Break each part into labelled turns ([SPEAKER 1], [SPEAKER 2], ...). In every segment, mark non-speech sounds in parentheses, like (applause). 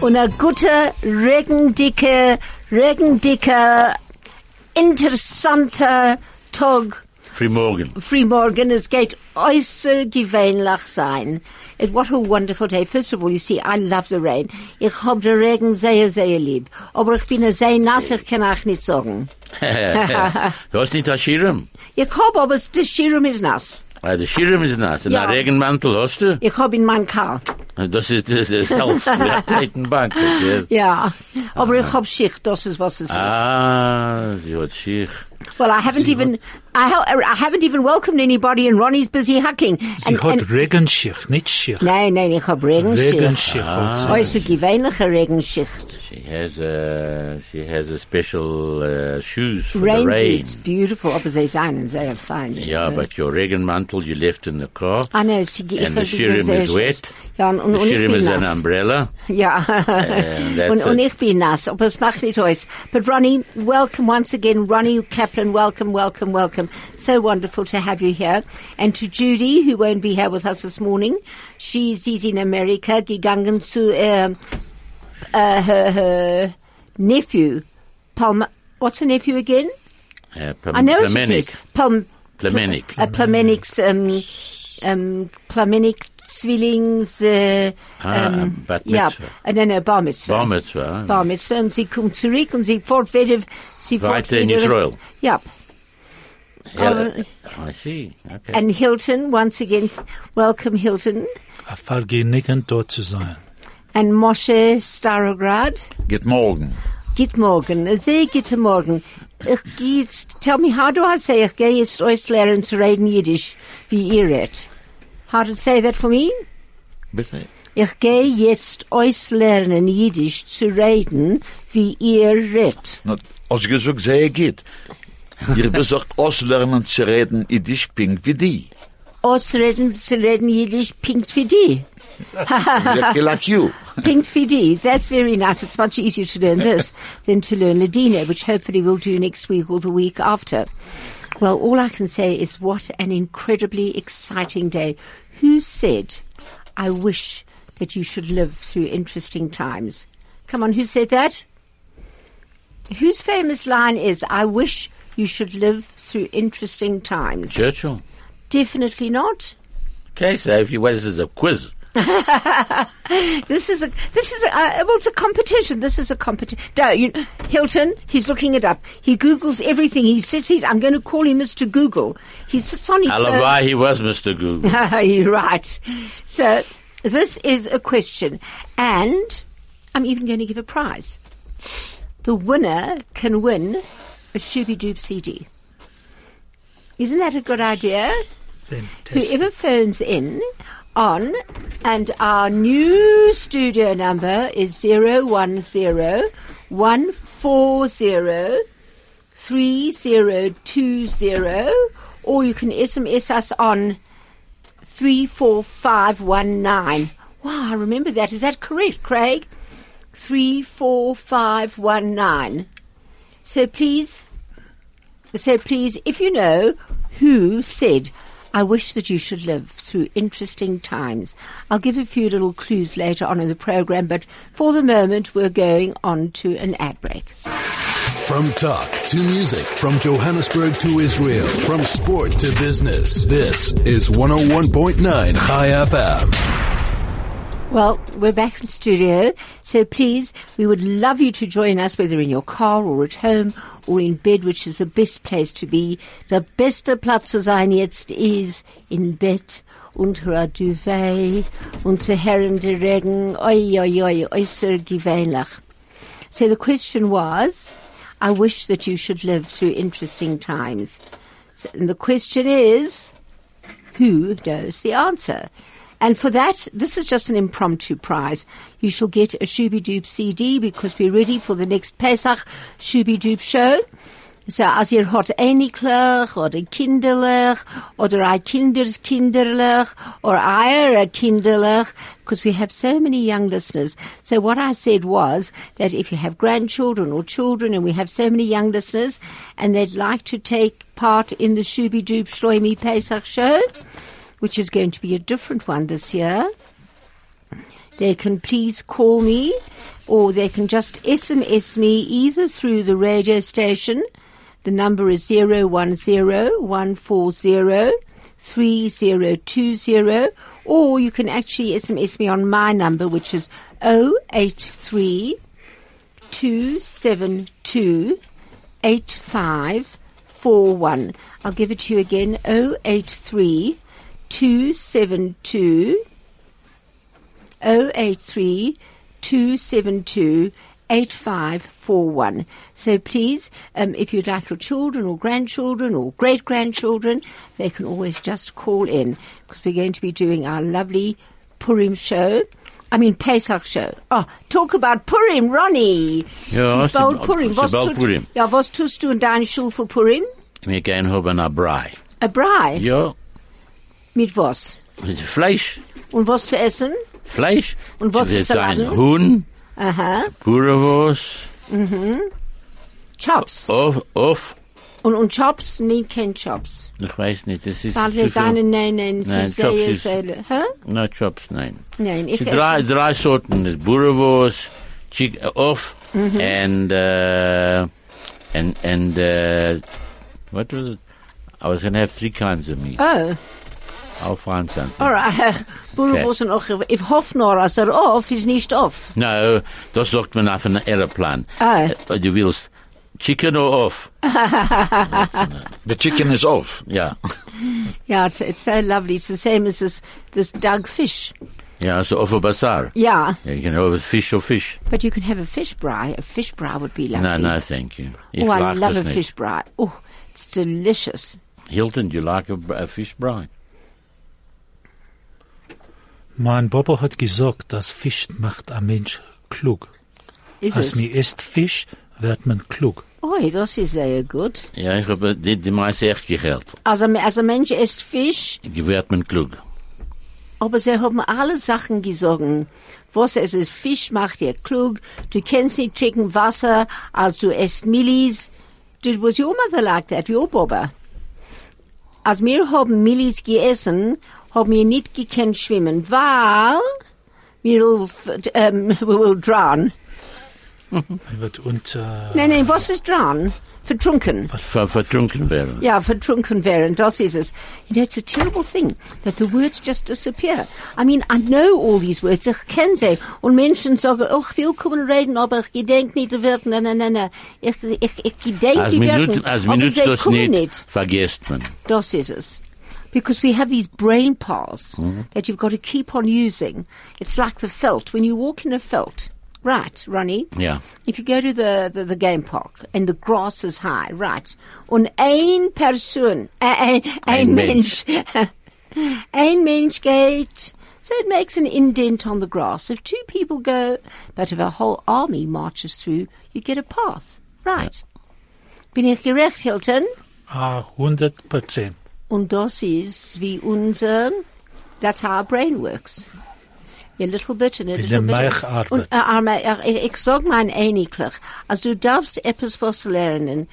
[SPEAKER 1] und ein guter, regendicke, regendicker, interessanter Tag.
[SPEAKER 2] Frühmorgen.
[SPEAKER 1] (laughs) Frühmorgen, es geht äußergewöhnlich sein. It, what a wonderful day. First of all, you see, I love the rain. Ich hab den Regen sehr, sehr lieb. Aber ich bin sehr nass, ich kann auch nicht sagen.
[SPEAKER 2] (laughs) du hast nicht ein Schirm?
[SPEAKER 1] Ich hab aber, der Schirm ist nass.
[SPEAKER 2] Ah, der Schirm ist nass. Und
[SPEAKER 1] Ja.
[SPEAKER 2] ein Regenmantel hast du?
[SPEAKER 1] Ich hab in meinem Kar.
[SPEAKER 2] Das ist das, das
[SPEAKER 1] (laughs)
[SPEAKER 2] Helft der Zeitenbank. das ist-
[SPEAKER 1] Ja. Aber ich hab Schicht, das ist was es ist.
[SPEAKER 2] Ah, sie hat sich.
[SPEAKER 1] Well, I haven't even I, hel- I haven't even welcomed anybody, and Ronnie's busy hacking.
[SPEAKER 3] Sie hat Regenschicht, nicht Schicht.
[SPEAKER 1] nein, nein, ich hab Regenschicht.
[SPEAKER 3] Regenschicht hat sie.
[SPEAKER 1] Äußergewöhnliche Regenschicht.
[SPEAKER 2] She has a, she has a special uh, shoes for
[SPEAKER 1] Rain
[SPEAKER 2] the rain.
[SPEAKER 1] boots, beautiful, aber sie sind und sehr fein.
[SPEAKER 2] Yeah, but your Regenmantel you left in the car.
[SPEAKER 1] I know, sie, ich
[SPEAKER 2] And the
[SPEAKER 1] hab- ich bin
[SPEAKER 2] Shirim
[SPEAKER 1] sehr
[SPEAKER 2] is
[SPEAKER 1] schlecht.
[SPEAKER 2] wet.
[SPEAKER 1] Ja, Ah, und, und,
[SPEAKER 2] The
[SPEAKER 1] und ich
[SPEAKER 2] Schirm
[SPEAKER 1] bin
[SPEAKER 2] is an
[SPEAKER 1] nass.
[SPEAKER 2] umbrella.
[SPEAKER 1] Ja.
[SPEAKER 2] that's
[SPEAKER 1] und, und
[SPEAKER 2] it.
[SPEAKER 1] ich bin nass, aber es macht nicht aus. But Ronnie, welcome once again. Ronnie Kaplan, welcome, welcome, welcome. So wonderful to have you here. And to Judy, who won't be here with us this morning. She's, she's in America, gegangen zu um, uh, her, her nephew, Palma. What's her nephew again?
[SPEAKER 2] Uh, Pl-
[SPEAKER 1] I know what Uh, it is.
[SPEAKER 2] Plemenic.
[SPEAKER 1] Palm,
[SPEAKER 2] Plemenic.
[SPEAKER 1] (laughs) a Plamenic's, um, um, Plamenic Zwillings, äh,
[SPEAKER 2] Ah,
[SPEAKER 1] ähm,
[SPEAKER 2] Bat
[SPEAKER 1] ja,
[SPEAKER 2] Mitzvah.
[SPEAKER 1] äh, nein, nein, Bar Mitzvah.
[SPEAKER 2] Bar Mitzvah.
[SPEAKER 1] Bar Mitzvah. Und sie kommt zurück und sie fährt wieder, sie fährt
[SPEAKER 2] Weiter in
[SPEAKER 1] wieder-
[SPEAKER 2] Israel.
[SPEAKER 1] Ja.
[SPEAKER 2] Yeah,
[SPEAKER 1] Um,
[SPEAKER 2] I see. Okay.
[SPEAKER 1] and Hilton, once again, welcome Hilton.
[SPEAKER 3] Ich vergnügen um dort zu sein.
[SPEAKER 1] And Moshe Starograd.
[SPEAKER 4] Good morning.
[SPEAKER 1] Git morgen, eh, a sehr guten Morgen. Ich geh jetzt, tell me, how do I say, ich gehe jetzt euch lernen zu reden Jiddisch, wie ihr redet. How to say that for me?
[SPEAKER 4] Bitte.
[SPEAKER 1] Ich gehe jetzt euch lernen, Jiddisch zu reden, wie ihr redet.
[SPEAKER 4] Na, Als gesagt sehr gut. (laughs) Ihr besorgt auslernen zu reden, ich dich pink
[SPEAKER 1] (laughs)
[SPEAKER 4] wie die.
[SPEAKER 1] Ausreden zu reden Jiddisch, pinkt wie die.
[SPEAKER 4] Exactly like you.
[SPEAKER 1] Pinkt wie die. That's very nice. It's much easier to learn this than to learn Ladino, which hopefully we'll do next week or the week after. Well, all I can say is what an incredibly exciting day. Who said, I wish that you should live through interesting times? Come on, who said that? Whose famous line is, I wish you should live through interesting times?
[SPEAKER 2] Churchill.
[SPEAKER 1] Definitely not.
[SPEAKER 2] Okay, so if you well, this is a quiz.
[SPEAKER 1] This is a this is a uh, well, it's a competition. This is a competition. No, you, Hilton, he's looking it up. He googles everything. He says he's. I'm going to call him Mr. Google. He sits on his. (laughs)
[SPEAKER 2] Alibi, he was Mr. Google.
[SPEAKER 1] phone. You're right. So this is a question, and I'm even going to give a prize. The winner can win a Shooby Doob CD. Isn't that a good idea?
[SPEAKER 3] Fantastic.
[SPEAKER 1] Whoever phones in on, and our new studio number is 010-140-3020, or you can SMS us on 34519. Wow, I remember that. Is that correct, Craig? 34519. So please so please, if you know who said, I wish that you should live through interesting times, I'll give a few little clues later on in the program, but for the moment, we're going on to an ad break.
[SPEAKER 5] From talk to music, from Johannesburg to Israel, from sport to business. This is 101.9 High FM.
[SPEAKER 1] Well, we're back in studio, so please, we would love you to join us, whether in your car or at home or in bed, which is the best place to be. The beste Platz zu sein jetzt is in Bett, unter a Duvet, unter Herren der Regen, oi, oi, oi, äußer gewöhnlich. So the question was, I wish that you should live through interesting times. So, and the question is, who knows the answer? And for that, this is just an impromptu prize. You shall get a Shooby Doob CD because we're ready for the next Pesach Shooby Doob show. So, als ihr hat eniklich oder kinderlich oder ein kinderskinderlich or eier kinderlich, because we have so many young listeners. So what I said was that if you have grandchildren or children and we have so many young listeners and they'd like to take part in the Shooby Doob Shloimi Pesach show, which is going to be a different one this year, they can please call me or they can just SMS me either through the radio station. The number is 10 3020 or you can actually SMS me on my number, which is 083 272 8541. I'll give it to you again 083 272 083 272 8541. So please, um, if you'd like your children or grandchildren or great grandchildren, they can always just call in because we're going to be doing our lovely Purim show. I mean Pesach show. Oh, talk about Purim, Ronnie.
[SPEAKER 2] Ja,
[SPEAKER 1] Sie ist bald
[SPEAKER 2] sie-
[SPEAKER 1] Purim.
[SPEAKER 2] sie
[SPEAKER 1] Was
[SPEAKER 2] bald
[SPEAKER 1] tut-
[SPEAKER 2] Purim.
[SPEAKER 1] Ja, was tust du in deiner Schule für Purim?
[SPEAKER 2] Wir gehen haben ein Brei.
[SPEAKER 1] A Brei.
[SPEAKER 2] Ja,
[SPEAKER 1] Mit was?
[SPEAKER 2] Fleisch.
[SPEAKER 1] Und was zu essen?
[SPEAKER 2] Fleisch.
[SPEAKER 1] Und was
[SPEAKER 2] wird
[SPEAKER 1] ist Salat?
[SPEAKER 2] sein? Huhn,
[SPEAKER 1] Aha.
[SPEAKER 2] Currywurst,
[SPEAKER 1] Chops.
[SPEAKER 2] Off, Off.
[SPEAKER 1] Und, und Chops? Nee, kein Chops.
[SPEAKER 2] Ich weiß nicht, das ist
[SPEAKER 1] Weil
[SPEAKER 2] zu
[SPEAKER 1] sie sagen,
[SPEAKER 2] viel.
[SPEAKER 1] nein, nein, sie
[SPEAKER 2] Nein, Chops
[SPEAKER 1] sehen,
[SPEAKER 2] ist-
[SPEAKER 1] sehen, hä?
[SPEAKER 2] Na, Chops, nein.
[SPEAKER 1] Nein, ich
[SPEAKER 2] So drei,
[SPEAKER 1] esse.
[SPEAKER 2] drei Sorten. Das Currywurst, Chick, äh, Off,
[SPEAKER 1] Mhm.
[SPEAKER 2] and, uh, and, and, uh, what was it? I was gonna have three kinds of meat.
[SPEAKER 1] Oh,
[SPEAKER 2] I'll find something.
[SPEAKER 1] alright. Burrowurst und auch, if hoff nur, als er off, ist nicht off.
[SPEAKER 2] No, das sagt man auf einem Aeroplan.
[SPEAKER 1] Ah.
[SPEAKER 2] Äh, Du willst Chicken or Off?
[SPEAKER 4] The chicken is off.
[SPEAKER 2] Ja.
[SPEAKER 1] Ja, it's, it's so lovely. It's the same as this, this Doug fish.
[SPEAKER 2] Ja, so Off or Bazaar.
[SPEAKER 1] Yeah,
[SPEAKER 2] You can have fish or fish.
[SPEAKER 1] but you can have a fish braai. A fish braai would be lovely.
[SPEAKER 2] No, no, thank you. Ich
[SPEAKER 1] Oh, I
[SPEAKER 2] like
[SPEAKER 1] love
[SPEAKER 2] das
[SPEAKER 1] a
[SPEAKER 2] nicht.
[SPEAKER 1] fish braai. Oh, it's delicious.
[SPEAKER 2] Hilton, do you like a, a fish brine?
[SPEAKER 3] Mein Papa hat gesagt, dass Fisch macht ein Mensch klug.
[SPEAKER 1] Is
[SPEAKER 3] Als
[SPEAKER 1] it?
[SPEAKER 3] man isst Fisch, wird man klug.
[SPEAKER 1] Oh, das ist sehr gut.
[SPEAKER 2] Ja, ich habe die, die meiste echt gegeld.
[SPEAKER 1] Als ein, als ein Mensch isst Fisch,
[SPEAKER 2] Gewährt man klug.
[SPEAKER 1] aber sie haben alle Sachen gesagt. Was es ist, Fisch macht dir klug. Du kannst nicht trinken Wasser, als du isst Millis. Did was your mother like that, your Baba? Als wir haben Millis gegessen, haben wir nicht gekannt schwimmen, weil wir ähm, (laughs) wir will drown.
[SPEAKER 3] Man wird unter...
[SPEAKER 1] Nein, nein, was ist drown? Vertrunken.
[SPEAKER 2] Ver, vertrunken werden.
[SPEAKER 1] Yeah, vertrunken wären, das ist es. You know, it's a terrible thing that the words just disappear. I mean, I know all these words, ich kenne sie. Und Menschen sagen, oh, ich will kommen reden, aber ich gedenk nicht die Wörter, nein, nein, nein, nein. Ich, ich, ich gedenk
[SPEAKER 2] Als
[SPEAKER 1] Oh, die
[SPEAKER 2] man
[SPEAKER 1] Wörter,
[SPEAKER 2] nut- als man
[SPEAKER 1] aber
[SPEAKER 2] nutzt
[SPEAKER 1] sie
[SPEAKER 2] das
[SPEAKER 1] kommen
[SPEAKER 2] nicht,
[SPEAKER 1] nicht.
[SPEAKER 2] vergisst man.
[SPEAKER 1] Das ist es. Because we have these brain paths that you've got to keep on using. It's like the felt. When you walk in a felt, right, Ronnie?
[SPEAKER 2] Ja.
[SPEAKER 1] If you go to the, the, the game park and the grass is high, right? Und ein Person, ein, ein, ein
[SPEAKER 2] Ein
[SPEAKER 1] Mensch, (laughs)
[SPEAKER 2] Mensch.
[SPEAKER 1] ein Mensch geht. So it makes an indent on the grass. If two people go, but if a whole army marches through, you get a path, right? Bin ich gerecht, Hilton?
[SPEAKER 3] Ah, 100 Prozent.
[SPEAKER 1] Und das ist wie unser, that's how our brain works. A little bit and a
[SPEAKER 3] In
[SPEAKER 1] little
[SPEAKER 3] der
[SPEAKER 1] bit.
[SPEAKER 3] Meicharbeid.
[SPEAKER 1] Und, äh, arme, äh, ich, ich sag mein einiglich. Also du darfst etwas was lernen.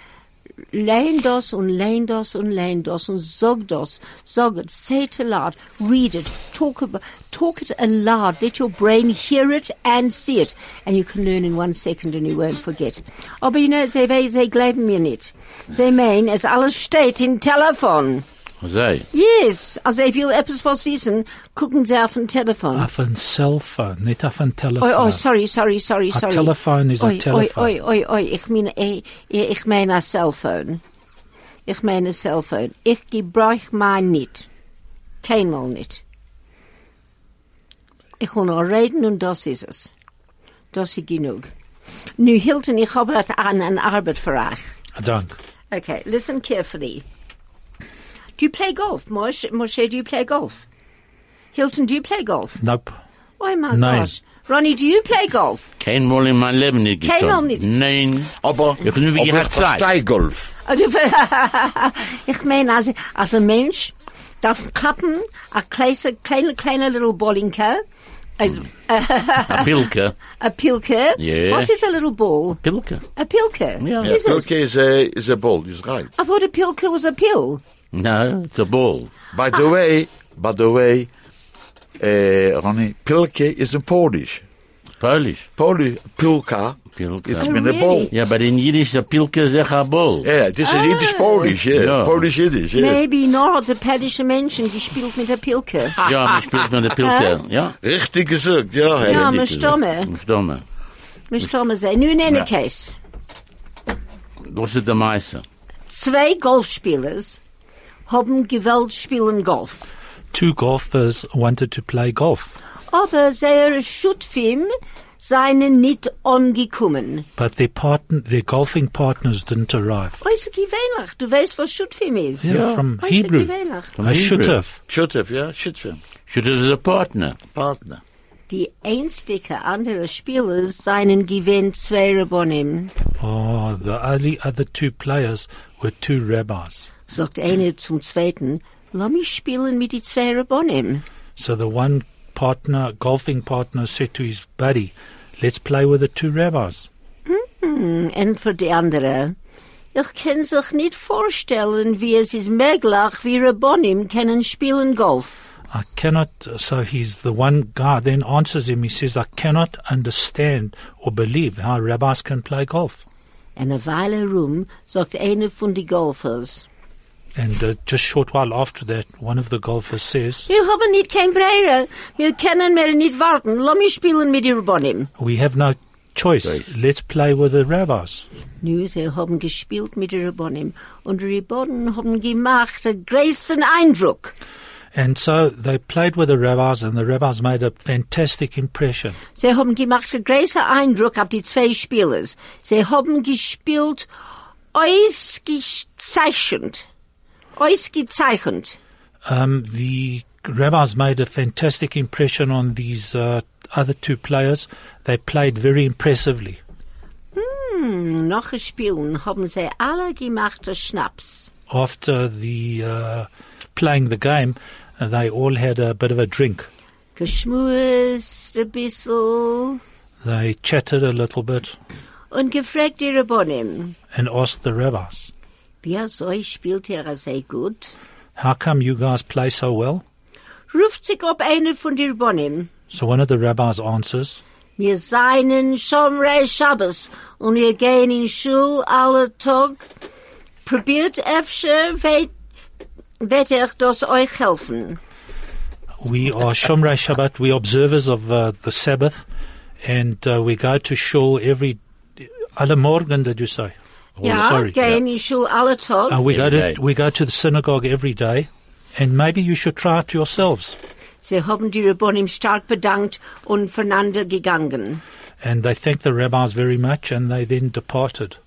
[SPEAKER 1] Lehn das und lehn das und lehn das und sag das. Sag it, say it aloud, read it, talk, about, talk it aloud. Let your brain hear it and see it. And you can learn in one second and you won't forget. Aber you know, sie, sie glauben mir nicht. Sie meinen, es alles steht im Telefon.
[SPEAKER 2] Sei.
[SPEAKER 1] Yes, also ich will etwas was wissen, gucken Sie auf ein Telefon.
[SPEAKER 3] Auf ein Cellphone, nicht auf ein Telefon.
[SPEAKER 1] Oh, oh, sorry, sorry, sorry,
[SPEAKER 3] A
[SPEAKER 1] sorry.
[SPEAKER 3] telephone is a
[SPEAKER 1] Oi,
[SPEAKER 3] telephone.
[SPEAKER 1] Oi, oi, oi, oi, ich meine, eh, eh, ich meine ein Cellphone. Ich meine ein Cellphone. Ich gebrauche mein nicht. Keinmal nicht. Ich will nur reden und das ist es. Das ist genug. Nu Hilton, ich habe das an an Arbeit für euch.
[SPEAKER 3] Dank.
[SPEAKER 1] Okay, listen carefully. Do you play golf, Moshe? Moshe, do you play golf? Hilton, do you play golf?
[SPEAKER 3] Nope.
[SPEAKER 1] Oh my
[SPEAKER 3] Nein.
[SPEAKER 1] gosh. Ronnie, do you play golf? (laughs)
[SPEAKER 2] Kein Mal in meinem Leben nicht getan.
[SPEAKER 1] Keinmal nicht.
[SPEAKER 2] Nein.
[SPEAKER 4] Aber,
[SPEAKER 2] Ich bin wie
[SPEAKER 4] aber ich
[SPEAKER 2] gehabt Zeit.
[SPEAKER 4] verstehe Golf.
[SPEAKER 1] Also, ich meine, als, als ein Mensch darf klappen, ein kleine, kleine, kleine little Ballinker, also,
[SPEAKER 2] A Ah, Pilke.
[SPEAKER 1] a Pilke.
[SPEAKER 2] Yes.
[SPEAKER 1] What is a little ball?
[SPEAKER 2] Pilke.
[SPEAKER 1] A Pilke.
[SPEAKER 2] Yeah.
[SPEAKER 1] Is it?
[SPEAKER 4] Okay, is a, is a ball, is right.
[SPEAKER 1] I thought a Pilke was a pill.
[SPEAKER 2] No, it's a ball.
[SPEAKER 4] By
[SPEAKER 1] Ah.
[SPEAKER 4] the eh, way, by the way, uh, Ronnie, Pilke is in Polish.
[SPEAKER 2] Polish.
[SPEAKER 4] Poli, Pilka.
[SPEAKER 2] Pilka.
[SPEAKER 4] It's
[SPEAKER 2] Oh,
[SPEAKER 4] been a
[SPEAKER 1] really? Ah.
[SPEAKER 4] ball.
[SPEAKER 2] Yeah, but in Yiddish, a pilke is a ball.
[SPEAKER 4] Yeah, this is Yiddish Polish, yeah.
[SPEAKER 2] Yeah.
[SPEAKER 4] Polish Yiddish, yeah.
[SPEAKER 1] Maybe Nora hat der polnische Menschen gespielt mit der Pilke.
[SPEAKER 2] Ja,
[SPEAKER 1] (laughs)
[SPEAKER 2] man spielt mit der Pilke. Ja.
[SPEAKER 4] Richtig gesagt, ja. Herr.
[SPEAKER 1] Ja.
[SPEAKER 2] Richtig
[SPEAKER 1] man
[SPEAKER 2] gesagt.
[SPEAKER 1] stomme.
[SPEAKER 2] Man stomme.
[SPEAKER 1] Mich stammen sie. Nun in any
[SPEAKER 2] Ja.
[SPEAKER 1] case.
[SPEAKER 2] Das ist der Meister.
[SPEAKER 1] Zwei Golfspielers haben gewollt spielen Golf.
[SPEAKER 3] Two golfers wanted to play golf,
[SPEAKER 1] Aber sehr Schuttfim seien nicht angekommen.
[SPEAKER 3] but their partner, their golfing partners didn't arrive.
[SPEAKER 1] Äußer gewöhnlich. Also Du weißt, was Schuttfim ist. Also
[SPEAKER 3] Yeah, from
[SPEAKER 1] Äußer
[SPEAKER 3] Hebrew.
[SPEAKER 1] gewöhnlich.
[SPEAKER 2] From
[SPEAKER 3] I
[SPEAKER 2] Hebrew.
[SPEAKER 3] should have.
[SPEAKER 4] Schutef, ja, Schutef.
[SPEAKER 2] Should is a partner.
[SPEAKER 4] Partner.
[SPEAKER 1] Die einstige andere Spieler seien gewöhnt zwei Rabonim.
[SPEAKER 3] Oh, the only other two players were two rabbis.
[SPEAKER 1] Sagt eine zum zweiten, lass mich spielen mit die zwei Rabonim.
[SPEAKER 3] So the one partner, golfing partner, said to his buddy, "Let's play with the two rabbis."
[SPEAKER 1] Und für Hm, die andere, ich kann sich nicht vorstellen, wie es ist möglich, wie Rabonim können spielen Golf.
[SPEAKER 3] I cannot. So he's the one guy. Then answers him. He says, "I cannot understand or believe how rabbis can play golf."
[SPEAKER 1] Eine Weile rum, sagt eine von den Golfers,
[SPEAKER 3] And uh, just short while after that, one of the golfers says,
[SPEAKER 1] wir haben nicht kein Breire, wir können mehr nicht warten, lass mich spielen mit den Rabonim.
[SPEAKER 3] "We have no choice.
[SPEAKER 2] Choice.
[SPEAKER 3] Let's play with the rabbis."
[SPEAKER 1] Nun, sie haben gespielt mit den Rabonim und die Rabonim haben gemacht einen großen Eindruck.
[SPEAKER 3] And so they played with the rabbis, and the rabbis made a fantastic impression.
[SPEAKER 1] Sie haben gemacht einen großen Eindruck auf die zwei Spieler. Sie haben gespielt ausgezeichnet. Ausgezeichnet.
[SPEAKER 3] Um, the rabbis made a fantastic impression on these uh, other two players. They played very impressively.
[SPEAKER 1] Hm, Nach dem Spielen haben sie alle gemacht einen Schnaps.
[SPEAKER 3] After the uh, playing the game, uh, they all had a bit of a drink.
[SPEAKER 1] Geschmust ein bisschen
[SPEAKER 3] They chatted a little bit
[SPEAKER 1] und gefragt die Rabonim.
[SPEAKER 3] and asked the rabbis,
[SPEAKER 1] Wie so spielt er sehr gut?
[SPEAKER 3] "How come you guys play so well?"
[SPEAKER 1] Ruft sich ab einer von den Rabonim.
[SPEAKER 3] So one of the rabbis answers,
[SPEAKER 1] Wir seien Schomrei Shabbos und wir gehen in Schul alle Tag. Probiert öfter, wird, wird ich das euch helfen.
[SPEAKER 3] "We are Shomrei Shabbat. We observers of uh, the Sabbath, and uh, we go to shul every." Alle Morgen, did you say? Oh,
[SPEAKER 1] ja,
[SPEAKER 3] sorry.
[SPEAKER 1] gehen in Schul alle Tag.
[SPEAKER 3] Uh, we go
[SPEAKER 2] Every day.
[SPEAKER 3] to we go to the synagogue every day, and maybe you should try it yourselves.
[SPEAKER 1] Sie haben die Rabbonim stark bedankt und voneinander gegangen.
[SPEAKER 3] And they thanked the rabbis very much, and they then departed.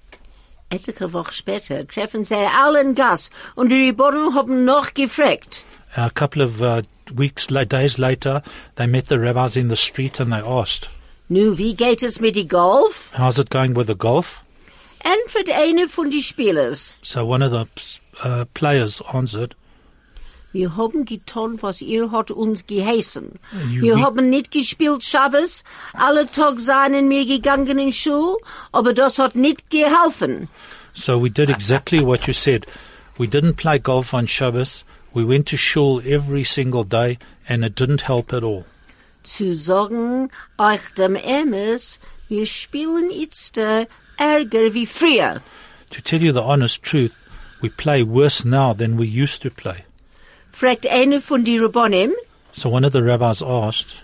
[SPEAKER 1] Etliche Wochen später treffen sie allen Gast und die Rabbonim haben noch gefragt.
[SPEAKER 3] A couple of uh, weeks, la- days later, they met the rabbis in the street, and they asked,
[SPEAKER 1] Nu, wie geht es mit die Golf?
[SPEAKER 3] "How's it going with the golf?"
[SPEAKER 1] Antwort eine von den Spielers.
[SPEAKER 3] So one of the uh, players answered,
[SPEAKER 1] Wir haben getan, was ihr hat uns geheißen.
[SPEAKER 3] You-
[SPEAKER 1] wir haben nicht gespielt Schabbes, alle Tag seien wir gegangen in Schul, aber das hat nicht geholfen.
[SPEAKER 3] "So we
[SPEAKER 2] (laughs)
[SPEAKER 3] did exactly what you said. We didn't play golf on Shabbos. We went to shul every single day, and it didn't help at all."
[SPEAKER 1] Zu sagen, euch dem Emmes, wir spielen jetzt äh, ärger wie früher.
[SPEAKER 3] To tell you the honest truth, we play worse now than we used to play.
[SPEAKER 1] Fragt eine von die Rabbonim,
[SPEAKER 3] So one of the rabbis asked,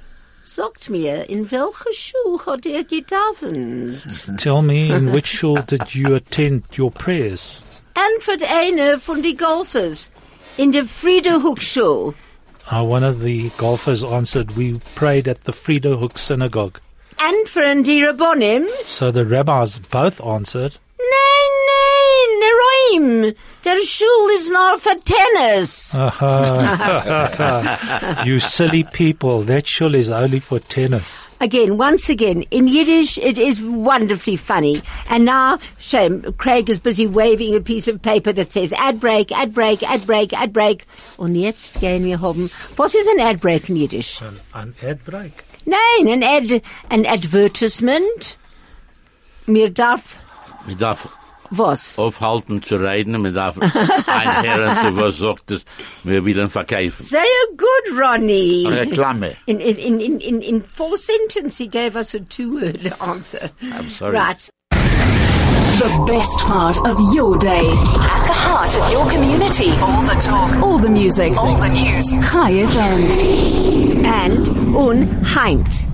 [SPEAKER 1] sagt mir, in welcher Schule hat er gedauert?
[SPEAKER 3] Tell me, in which shul did you attend your prayers?
[SPEAKER 1] Antwort eine von die Golfers, in der Friedehofschule.
[SPEAKER 3] Uh, one of the golfers answered, We prayed at the Friederhoek synagogue.
[SPEAKER 1] Antwort die Rabbonim,
[SPEAKER 3] So the rabbis both answered,
[SPEAKER 1] Nein, nein, der Räum. Der Schul ist nur für Tennis.
[SPEAKER 3] "Aha, You silly people, that shul is only for tennis.
[SPEAKER 1] Again, once again, in Yiddish it is wonderfully funny. And now, shame, Craig is busy waving a piece of paper that says ad break, ad break, ad break, ad break. Und jetzt gehen wir haben, was ist ein ad break in Yiddish?
[SPEAKER 3] An, an ad break.
[SPEAKER 1] Nein, ein ad, ein advertisement. Mir darf
[SPEAKER 2] Ich darf
[SPEAKER 1] Was?
[SPEAKER 2] aufhalten zu reden.
[SPEAKER 1] (laughs)
[SPEAKER 2] Man darf ein Herren zu was sagt es, wir wollen verkaufen.
[SPEAKER 1] Sehr good, Ronnie.
[SPEAKER 4] Oh, Reklame.
[SPEAKER 1] In, in, in, in, in, in four sentences, he gave us a two-word (laughs) answer. I'm
[SPEAKER 2] sorry.
[SPEAKER 1] Right.
[SPEAKER 6] The best part of your day. At the heart of your community. All the talk. All the music. All the news. Hi FM.
[SPEAKER 1] And unheimt.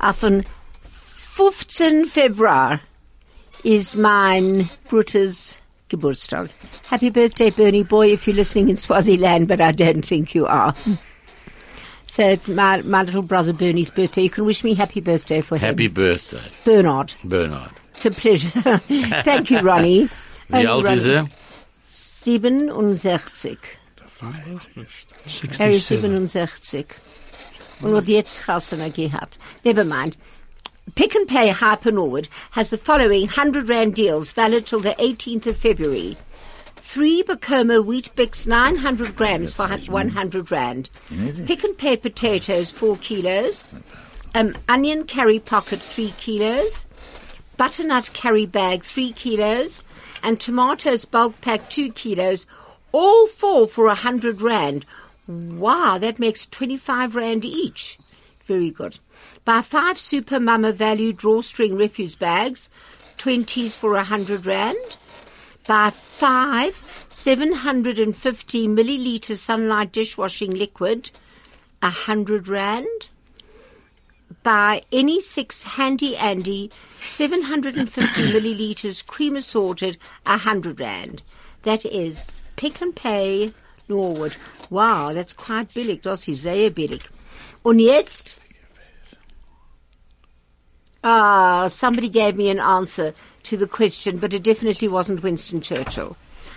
[SPEAKER 1] Auf den 15. Februar is mein Bruder's Geburtstag. Happy birthday, Bernie boy, if you're listening in Swaziland, but I don't think you are. So it's my, my little brother Bernie's birthday. You can wish me happy birthday for him.
[SPEAKER 2] Happy birthday,
[SPEAKER 1] Bernard.
[SPEAKER 2] Bernard.
[SPEAKER 1] It's a pleasure. (laughs) Thank you, Ronnie.
[SPEAKER 2] Wie alt
[SPEAKER 1] Ronnie.
[SPEAKER 2] ist er?
[SPEAKER 1] 67. Er ist
[SPEAKER 3] 67.
[SPEAKER 1] 67. Und wird jetzt Gassener gehabt. Never mind. Pick and Pay Harper Norwood has the following 100 Rand deals valid till the 18th of February. Three Bacoma Wheat Bix 900 grams for 100 Rand. Pick and Pay potatoes 4 kilos. Um, onion curry pocket 3 kilos butternut curry bag, three kilos, and tomatoes bulk pack, two kilos, all four for a hundred rand. Wow, that makes twenty-five rand each. Very good. Buy five Super Mama Value drawstring refuse bags, twenties for a hundred rand. Buy five 750 milliliter sunlight dishwashing liquid, a hundred rand by any six handy andy 750 milliliters cream assorted 100 rand that is pick and pay norwood wow that's quite billig das ist sehr billig und jetzt ah somebody gave me an answer to the question but it definitely wasn't winston churchill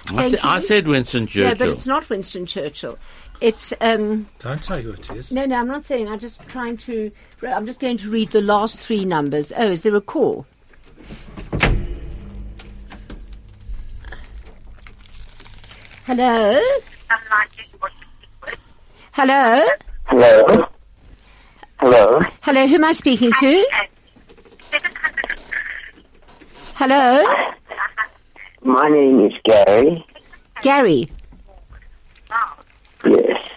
[SPEAKER 2] I,
[SPEAKER 1] Thank
[SPEAKER 2] sa- I
[SPEAKER 1] you.
[SPEAKER 2] said Winston
[SPEAKER 1] no but
[SPEAKER 2] Churchill.
[SPEAKER 1] it's not winston churchill it's um
[SPEAKER 3] Don't say who it is.
[SPEAKER 1] no, no, I'm not saying. I'm just trying to. I'm just going to read the last three numbers. Oh, is there a call? Hello? Hello?
[SPEAKER 7] Hello. Hello.
[SPEAKER 1] Hello, who am I speaking to? Hello?
[SPEAKER 7] My name is Gary.
[SPEAKER 1] Gary.
[SPEAKER 7] Yes.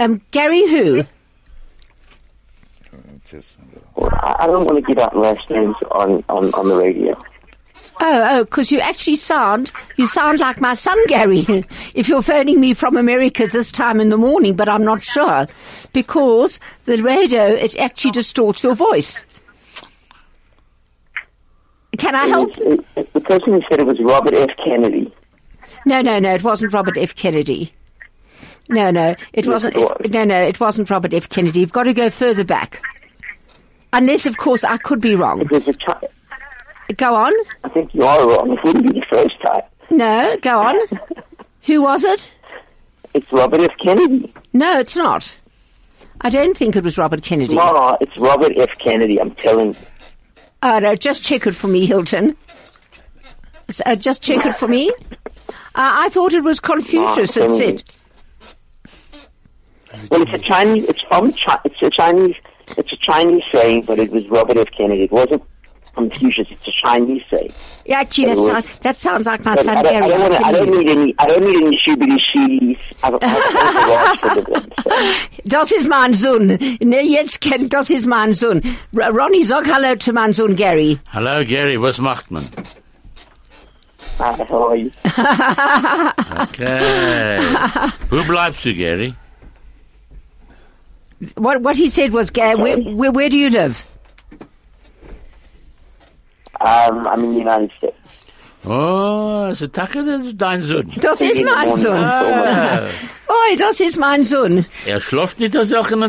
[SPEAKER 1] Um, Gary who?
[SPEAKER 7] Well, I I don't want to give out last names on, on, on the radio.
[SPEAKER 1] Oh, oh, because you actually sound, you sound like my son, Gary, (laughs) if you're phoning me from America this time in the morning, but I'm not sure. Because the radio, it actually distorts your voice. Can I
[SPEAKER 7] It
[SPEAKER 1] help?
[SPEAKER 7] was- it- it- the person who said it was Robert F. Kennedy.
[SPEAKER 1] No, no, no, it wasn't Robert F. Kennedy. No, no, it wasn't,
[SPEAKER 7] it was.
[SPEAKER 1] it- no, no, it wasn't Robert F. Kennedy. You've got to go further back. Unless, of course, I could be wrong.
[SPEAKER 7] It was a chi-
[SPEAKER 1] Go on.
[SPEAKER 7] I think you are wrong. It wouldn't be the first time.
[SPEAKER 1] No, go on. Who was it?
[SPEAKER 7] It's Robert F. Kennedy.
[SPEAKER 1] No, it's not. I don't think it was Robert Kennedy.
[SPEAKER 7] Ma, it's Robert F. Kennedy. I'm telling you.
[SPEAKER 1] Oh, no, just check it for me, Hilton. S- uh, just check it for me. Uh, I thought it was Confucius that
[SPEAKER 7] Ma, I'm telling
[SPEAKER 1] said.
[SPEAKER 7] you. Well, it's a Chinese. It's from China. It's a Chinese. It's a Chinese saying, but it was Robert F. Kennedy. It wasn't Confucius. It's a Chinese saying.
[SPEAKER 1] Yeah, actually, that,
[SPEAKER 7] It was-
[SPEAKER 1] sound, that sounds like my
[SPEAKER 7] But
[SPEAKER 1] son
[SPEAKER 7] I, don't, I,
[SPEAKER 1] Gary.
[SPEAKER 7] don't wanna, I
[SPEAKER 1] Hilton.
[SPEAKER 7] don't need any. I don't need any shooby shees. I don't, I don't want to watch for the ones.
[SPEAKER 1] Das ist mein Sohn. Ne, jetzt kennt, das ist mein Sohn. R Ronnie, sag Hallo zu meinem Sohn Gary.
[SPEAKER 2] Hello, Gary. Was
[SPEAKER 1] (laughs)
[SPEAKER 2] macht man?
[SPEAKER 7] Hi, how are you?
[SPEAKER 2] Okay. Who bleibst du, Gary?
[SPEAKER 1] What, what he said was, Gary, where, where, where do you live?
[SPEAKER 7] Um, I'm in the United States.
[SPEAKER 2] Oh, es ist Tacke, das ist dein Sohn.
[SPEAKER 1] Das ist
[SPEAKER 7] In the
[SPEAKER 1] mein
[SPEAKER 7] morning,
[SPEAKER 1] Sohn.
[SPEAKER 7] so much.
[SPEAKER 2] Ah,
[SPEAKER 1] (laughs) Oh, das ist mein Sohn.
[SPEAKER 2] er schläft nicht aus solchen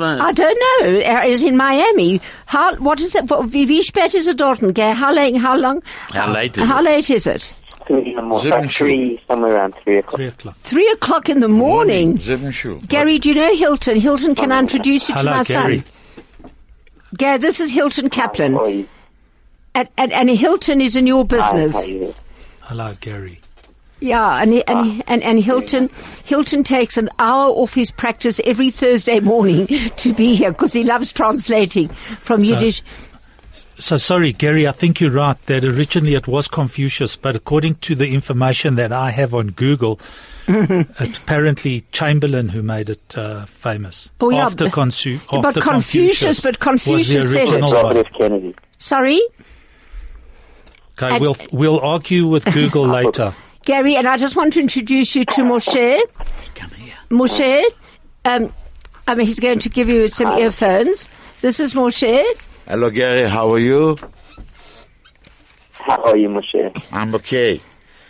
[SPEAKER 1] I don't know. Er is in Miami. How? What is it? what- Wie, wie spät is it dort? Okay, how late? How long?
[SPEAKER 2] How late is
[SPEAKER 1] how
[SPEAKER 2] it?
[SPEAKER 1] late is it?
[SPEAKER 7] Three in the morning.
[SPEAKER 4] Seven
[SPEAKER 7] About three, somewhere around three o'clock.
[SPEAKER 3] Three o'clock.
[SPEAKER 1] Three o'clock in the morning.
[SPEAKER 4] Seven shoe.
[SPEAKER 1] Gary, do you know Hilton? Hilton, can I introduce you to
[SPEAKER 3] Hello,
[SPEAKER 1] my
[SPEAKER 3] Gary.
[SPEAKER 1] son? Gary, this is Hilton
[SPEAKER 7] How are
[SPEAKER 1] Kaplan,
[SPEAKER 7] you?
[SPEAKER 1] and, and, and Hilton is in your
[SPEAKER 7] Hi,
[SPEAKER 1] business.
[SPEAKER 7] how are you?
[SPEAKER 3] Hello, Gary.
[SPEAKER 1] Yeah, and, he, and, he, and and Hilton Hilton takes an hour off his practice (laughs) every Thursday morning to be here because he loves translating from
[SPEAKER 3] So-
[SPEAKER 1] Yiddish.
[SPEAKER 3] So sorry, Gary, I think you're right that originally it was Confucius, but according to the information that I have on Google, apparently Chamberlain who made it uh, famous.
[SPEAKER 1] Oh, yeah,
[SPEAKER 3] after,
[SPEAKER 1] but-
[SPEAKER 3] Consu-
[SPEAKER 1] but
[SPEAKER 3] after
[SPEAKER 1] Confucius- but Confucius
[SPEAKER 3] was
[SPEAKER 1] said
[SPEAKER 3] the
[SPEAKER 1] it.
[SPEAKER 3] original
[SPEAKER 1] Hold
[SPEAKER 7] Robert
[SPEAKER 3] one.
[SPEAKER 7] F. Kennedy.
[SPEAKER 1] Sorry,
[SPEAKER 3] Okay, we'll, we'll argue with Google later.
[SPEAKER 1] Gary, and I just want to introduce you to Moshe.
[SPEAKER 2] Come here.
[SPEAKER 1] Moshe, um, I mean, he's going to give you some earphones. This is Moshe.
[SPEAKER 4] Hello, Gary. How are you?
[SPEAKER 7] How are you, Moshe?
[SPEAKER 4] I'm okay.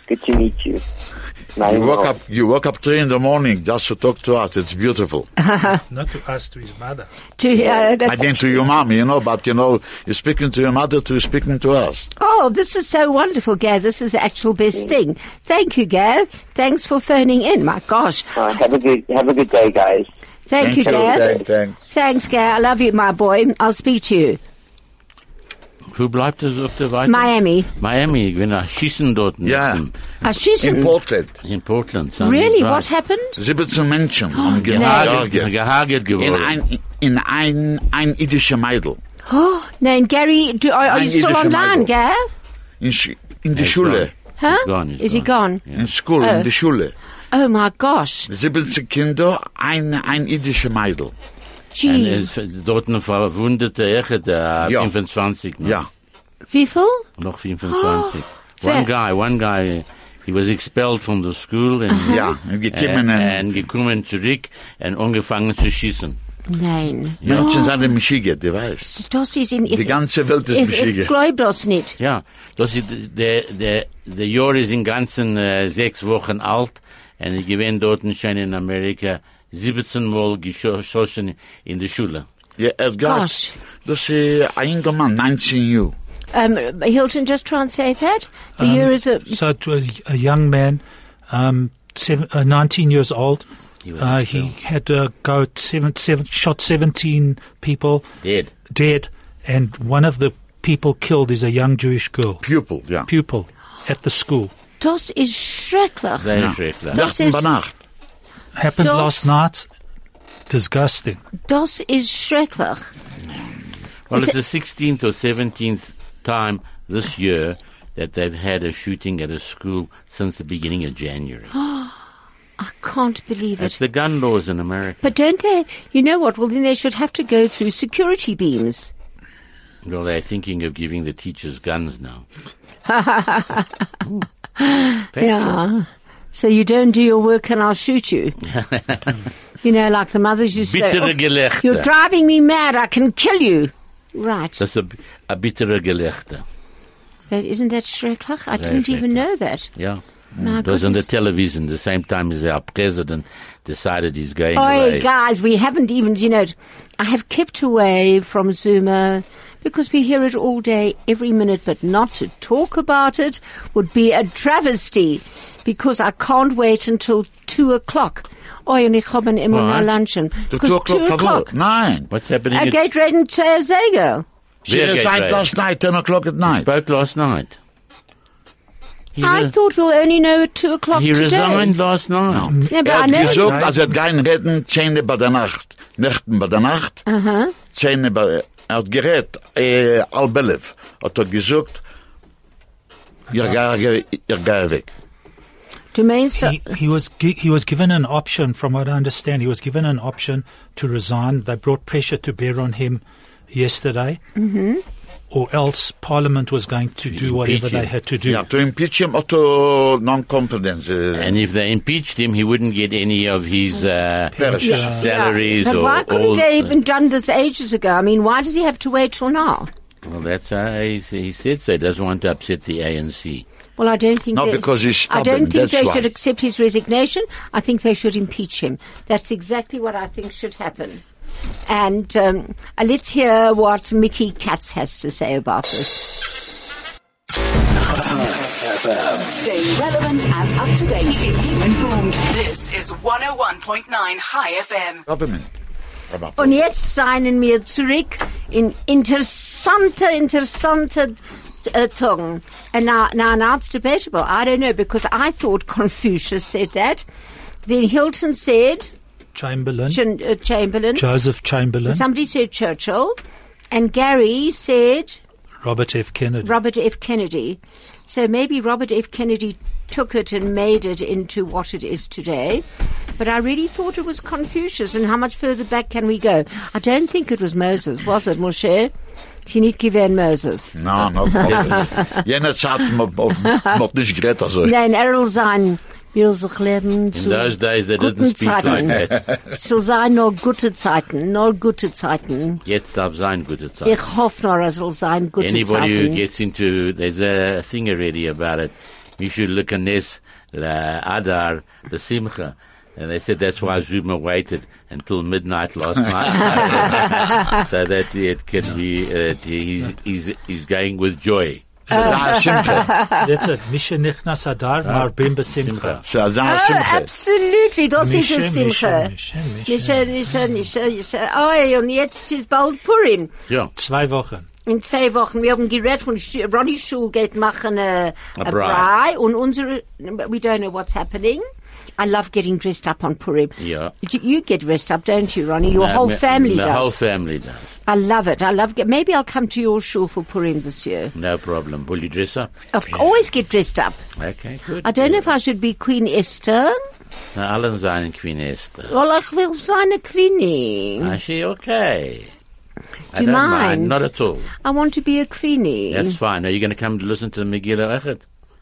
[SPEAKER 7] Good to meet you. Now
[SPEAKER 4] You
[SPEAKER 7] you're
[SPEAKER 4] woke
[SPEAKER 7] well.
[SPEAKER 4] up. You woke up three in the morning just to talk to us.
[SPEAKER 1] (laughs)
[SPEAKER 4] It's beautiful.
[SPEAKER 3] Not to us, to his mother.
[SPEAKER 1] To uh,
[SPEAKER 4] I
[SPEAKER 1] that's,
[SPEAKER 4] mean to your mom, you know, but you know, you're speaking to your mother, to speaking to us.
[SPEAKER 1] oh, this is so wonderful, Gav. This is the actual best thing. Thank you, Gav. Thanks for phoning in. My gosh,
[SPEAKER 7] Uh, have a good have a good day, guys.
[SPEAKER 1] thank, you, Gav.
[SPEAKER 4] Thank, thank.
[SPEAKER 1] Thanks, Gav. I love you, my boy. I'll speak to you,
[SPEAKER 2] Who bleibt es auf der Weite?
[SPEAKER 1] Miami.
[SPEAKER 2] Miami, wenn er schießen dort.
[SPEAKER 4] Ja.
[SPEAKER 2] in-
[SPEAKER 1] Uh, she's
[SPEAKER 4] In Portland,
[SPEAKER 2] In Portland. Sunday
[SPEAKER 1] really.
[SPEAKER 2] night.
[SPEAKER 1] What happened? (gasps)
[SPEAKER 4] 17 Menschen haben
[SPEAKER 2] Gehaget,
[SPEAKER 4] genaget.
[SPEAKER 2] gehaget
[SPEAKER 4] In
[SPEAKER 2] geworden.
[SPEAKER 4] ein, in ein, ein idische Meidel.
[SPEAKER 1] Oh, no, and Gary, do, are, are
[SPEAKER 4] I
[SPEAKER 1] you
[SPEAKER 4] needed
[SPEAKER 1] still
[SPEAKER 4] to
[SPEAKER 1] online,
[SPEAKER 4] Michael.
[SPEAKER 1] Gav?
[SPEAKER 4] In, Sch- in die Schule.
[SPEAKER 1] Huh?
[SPEAKER 2] He's gone, he's
[SPEAKER 1] Is he gone?
[SPEAKER 4] In school, in die Schule.
[SPEAKER 1] Oh my gosh,
[SPEAKER 4] 17 Kinder, ein, ein idische Meidel.
[SPEAKER 2] En
[SPEAKER 1] gee,
[SPEAKER 2] er ist dort ein verwundete Eche, der
[SPEAKER 4] Ja.
[SPEAKER 2] 25. Noch,
[SPEAKER 4] Ja.
[SPEAKER 1] Wiffel?
[SPEAKER 2] noch 25.
[SPEAKER 1] Oh,
[SPEAKER 2] one
[SPEAKER 1] fair.
[SPEAKER 2] guy, one guy, he was expelled from the school and,
[SPEAKER 4] Ja, und gekommen
[SPEAKER 2] en,
[SPEAKER 4] in-
[SPEAKER 2] en gekommen zurück en angefangen zu schießen.
[SPEAKER 1] Nein.
[SPEAKER 4] Menschen sind in Michigan, du weißt.
[SPEAKER 1] Das ist in
[SPEAKER 4] Die ganze Welt ist
[SPEAKER 1] Ich, ich
[SPEAKER 4] Michigan.
[SPEAKER 1] glaube das nicht.
[SPEAKER 2] Ja, das ist, der, der, der Jahr ist im Ganzen äh, sechs Wochen alt und ich gewinne dort schon in Amerika 17 Mal geschossen in der Schule.
[SPEAKER 4] Ja, er
[SPEAKER 1] Gosh.
[SPEAKER 4] geht. Das ist ein junger Mann, 19 Jahre.
[SPEAKER 1] Um, Hilton, just translate that. The
[SPEAKER 2] Um,
[SPEAKER 1] year is a.
[SPEAKER 3] So it was a young man, um, seven, uh, 19 years old. He,
[SPEAKER 2] was
[SPEAKER 3] uh, he had uh, go at seven, seven, shot 17 people
[SPEAKER 2] Dead.
[SPEAKER 3] dead, and one of the people killed is a young Jewish girl,
[SPEAKER 4] Pupil, ja.
[SPEAKER 3] pupil, at the school.
[SPEAKER 1] Das ist schrecklich.
[SPEAKER 2] Sehr
[SPEAKER 4] Ja.
[SPEAKER 2] schrecklich.
[SPEAKER 1] Das
[SPEAKER 4] Nacht
[SPEAKER 1] ist-
[SPEAKER 4] über Nacht.
[SPEAKER 3] Happened
[SPEAKER 1] Dos-
[SPEAKER 3] last night. Disgusting.
[SPEAKER 1] Das ist schrecklich.
[SPEAKER 2] Well,
[SPEAKER 1] Is
[SPEAKER 2] it's the 16th or 17th time this year that they've had a shooting at a school since the beginning of January.
[SPEAKER 1] I can't believe
[SPEAKER 2] That's
[SPEAKER 1] it.
[SPEAKER 2] the gun laws in America.
[SPEAKER 1] But don't they? You know what? Well, then they should have to go through security beams.
[SPEAKER 2] Well, they're thinking of giving the teachers guns now.
[SPEAKER 1] Yeah. So you don't do your work and I'll shoot
[SPEAKER 2] (laughs)
[SPEAKER 1] you. you know, like the mothers used to say.
[SPEAKER 2] Bittere
[SPEAKER 1] "Oh,
[SPEAKER 2] Gelächter."
[SPEAKER 1] You're driving me mad. I can kill you. Right.
[SPEAKER 2] That's a, a bittere Gelächter.
[SPEAKER 1] That, isn't that schrecklich? I
[SPEAKER 2] Very
[SPEAKER 1] didn't even
[SPEAKER 2] schrecklich.
[SPEAKER 1] know that.
[SPEAKER 2] Yeah.
[SPEAKER 1] My
[SPEAKER 2] It was on the
[SPEAKER 1] goodness.
[SPEAKER 2] television the same time as our president decided he's going
[SPEAKER 1] Oi,
[SPEAKER 2] away.
[SPEAKER 1] guys, we haven't even, you know, I have kept away from Zuma because we hear it all day, every minute, but not to talk about it would be a travesty because I can't wait until two o'clock. Oi, und ich habe ein immer
[SPEAKER 2] Why?
[SPEAKER 1] noch luncheon.
[SPEAKER 4] Der
[SPEAKER 1] Because
[SPEAKER 4] Türkler
[SPEAKER 1] two o'clock.
[SPEAKER 4] verwirrt. Nein.
[SPEAKER 2] What's happening?
[SPEAKER 1] I
[SPEAKER 2] at-
[SPEAKER 1] gate red and uh, Zago.
[SPEAKER 4] She
[SPEAKER 2] Wer geht
[SPEAKER 4] resigned
[SPEAKER 2] rein?
[SPEAKER 4] last night, 10 o'clock at night.
[SPEAKER 2] spoke last night. He,
[SPEAKER 1] I
[SPEAKER 2] re-
[SPEAKER 1] thought we'll only know at two o'clock
[SPEAKER 2] he
[SPEAKER 1] today.
[SPEAKER 2] resigned last night.
[SPEAKER 1] Yeah, but
[SPEAKER 4] Er
[SPEAKER 1] I
[SPEAKER 4] hat
[SPEAKER 1] know.
[SPEAKER 4] gesagt, also er hat kein Reden, Zähne bei der Nacht. Nächten bei der Nacht. eh, Zähne bei, er hat gerät, äh, Albelev. Hat er gesagt, ihr gehe, ihr gehe weg.
[SPEAKER 1] Du meinst,
[SPEAKER 3] He, he was gi- he was given an option. From what I understand, he was given an option to resign. They brought pressure to bear on him yesterday, mm-hmm. or else Parliament was going to do whatever
[SPEAKER 2] Impeach him.
[SPEAKER 3] they had to do.
[SPEAKER 4] Ja, to impeach him or to non-competence. äh,
[SPEAKER 2] And if they impeached him, he wouldn't get any of his uh,
[SPEAKER 4] Pension. Yeah.
[SPEAKER 2] salaries
[SPEAKER 1] yeah, but
[SPEAKER 2] or
[SPEAKER 1] why couldn't
[SPEAKER 2] all.
[SPEAKER 1] they even done this ages ago? I mean, why does he have to wait till now?
[SPEAKER 2] well, that's how he, he said so. He doesn't want to upset the ANC.
[SPEAKER 1] Well, I don't think.
[SPEAKER 4] No,
[SPEAKER 1] they,
[SPEAKER 4] because he's
[SPEAKER 1] I don't
[SPEAKER 4] stubborn,
[SPEAKER 1] think
[SPEAKER 4] that's
[SPEAKER 1] they
[SPEAKER 4] why.
[SPEAKER 1] should accept his resignation. I think they should impeach him. That's exactly what I think should happen. And um, uh, let's hear what Mickey Katz has to say about this.
[SPEAKER 6] Stay relevant and up to date. Keep informed. This is 101.9 High FM.
[SPEAKER 4] Government. Aber-
[SPEAKER 1] Und jetzt seien wir zurück in interessante, interessante uh, tongue. And now, now, now it's debatable. I don't know because I thought (laughs) Confucius said that. Then Hilton said
[SPEAKER 3] Chamberlain,
[SPEAKER 1] Chin, uh, Chamberlain.
[SPEAKER 3] Joseph Chamberlain,
[SPEAKER 1] Somebody said Churchill, and Gary said
[SPEAKER 3] Robert F. Kennedy.
[SPEAKER 1] Robert F. Kennedy. So maybe Robert F. Kennedy took it and made it into what it is today. But I really thought it was Confucius. And how much further back can we go? I don't think it was Moses, was it, Moshe? Sie nicht gewähren Moses.
[SPEAKER 2] (laughs)
[SPEAKER 4] No, no. Jene Zeit, man hat nicht geredet, also.
[SPEAKER 1] Nein, Errol sein. Will sich leben
[SPEAKER 2] In
[SPEAKER 1] zu
[SPEAKER 2] those days, they
[SPEAKER 1] guten
[SPEAKER 2] didn't speak like
[SPEAKER 1] Zeiten.
[SPEAKER 2] that.
[SPEAKER 1] Zu sein nur gute Zeiten, nur gute Zeiten.
[SPEAKER 2] Jetzt darf sein
[SPEAKER 1] (laughs)
[SPEAKER 2] gute Zeit.
[SPEAKER 1] Ich hoffe nur, es soll sein gute
[SPEAKER 2] Anybody
[SPEAKER 1] Zeiten.
[SPEAKER 2] who gets into, there's a thing already about it. You should look at Nes, La Adar, the Simcha. And they said that's why Zuma waited until midnight last
[SPEAKER 1] (laughs)
[SPEAKER 2] night. so that it can be, uh, he's, he's, he's going with joy.
[SPEAKER 4] Zah Simcha.
[SPEAKER 3] That's it. Misha nichnas adar,
[SPEAKER 2] Ah,
[SPEAKER 3] mar bim besimcha.
[SPEAKER 4] Zah
[SPEAKER 1] Oh,
[SPEAKER 4] Simcha.
[SPEAKER 1] absolutely, das ist
[SPEAKER 3] Misha,
[SPEAKER 1] es Simcha.
[SPEAKER 3] Misha, Misha, Misha.
[SPEAKER 1] Nische, nische, nische, nische. Oh, und jetzt ist bald Purim.
[SPEAKER 2] Yeah.
[SPEAKER 3] Zwei Wochen.
[SPEAKER 1] In zwei Wochen. Wir haben geredet von Sch- Ronnie Schul geht machen äh, a
[SPEAKER 2] Brei.
[SPEAKER 1] Brei. Und unsere, we don't know what's happening. I love getting dressed up on Purim.
[SPEAKER 2] Yeah.
[SPEAKER 1] You- You get dressed up, don't you, Ronnie? Your
[SPEAKER 2] Uh,
[SPEAKER 1] whole
[SPEAKER 2] ma-
[SPEAKER 1] family
[SPEAKER 2] the
[SPEAKER 1] does.
[SPEAKER 2] whole family does.
[SPEAKER 1] I love it. I love it. Maybe I'll come to your shul for Purim this year.
[SPEAKER 2] No problem. Will you dress up?
[SPEAKER 1] I've always get dressed up.
[SPEAKER 2] Okay, good.
[SPEAKER 1] I don't know if I should be Queen Esther.
[SPEAKER 2] Now, Alan Zine and Queen Esther.
[SPEAKER 1] Well, I will sign a queenie.
[SPEAKER 2] Is she okay? I
[SPEAKER 1] Do you
[SPEAKER 2] don't
[SPEAKER 1] mind?
[SPEAKER 2] Not at all.
[SPEAKER 1] I want to be a queenie.
[SPEAKER 2] That's fine. Are you going to come to listen to the Megillah Echad?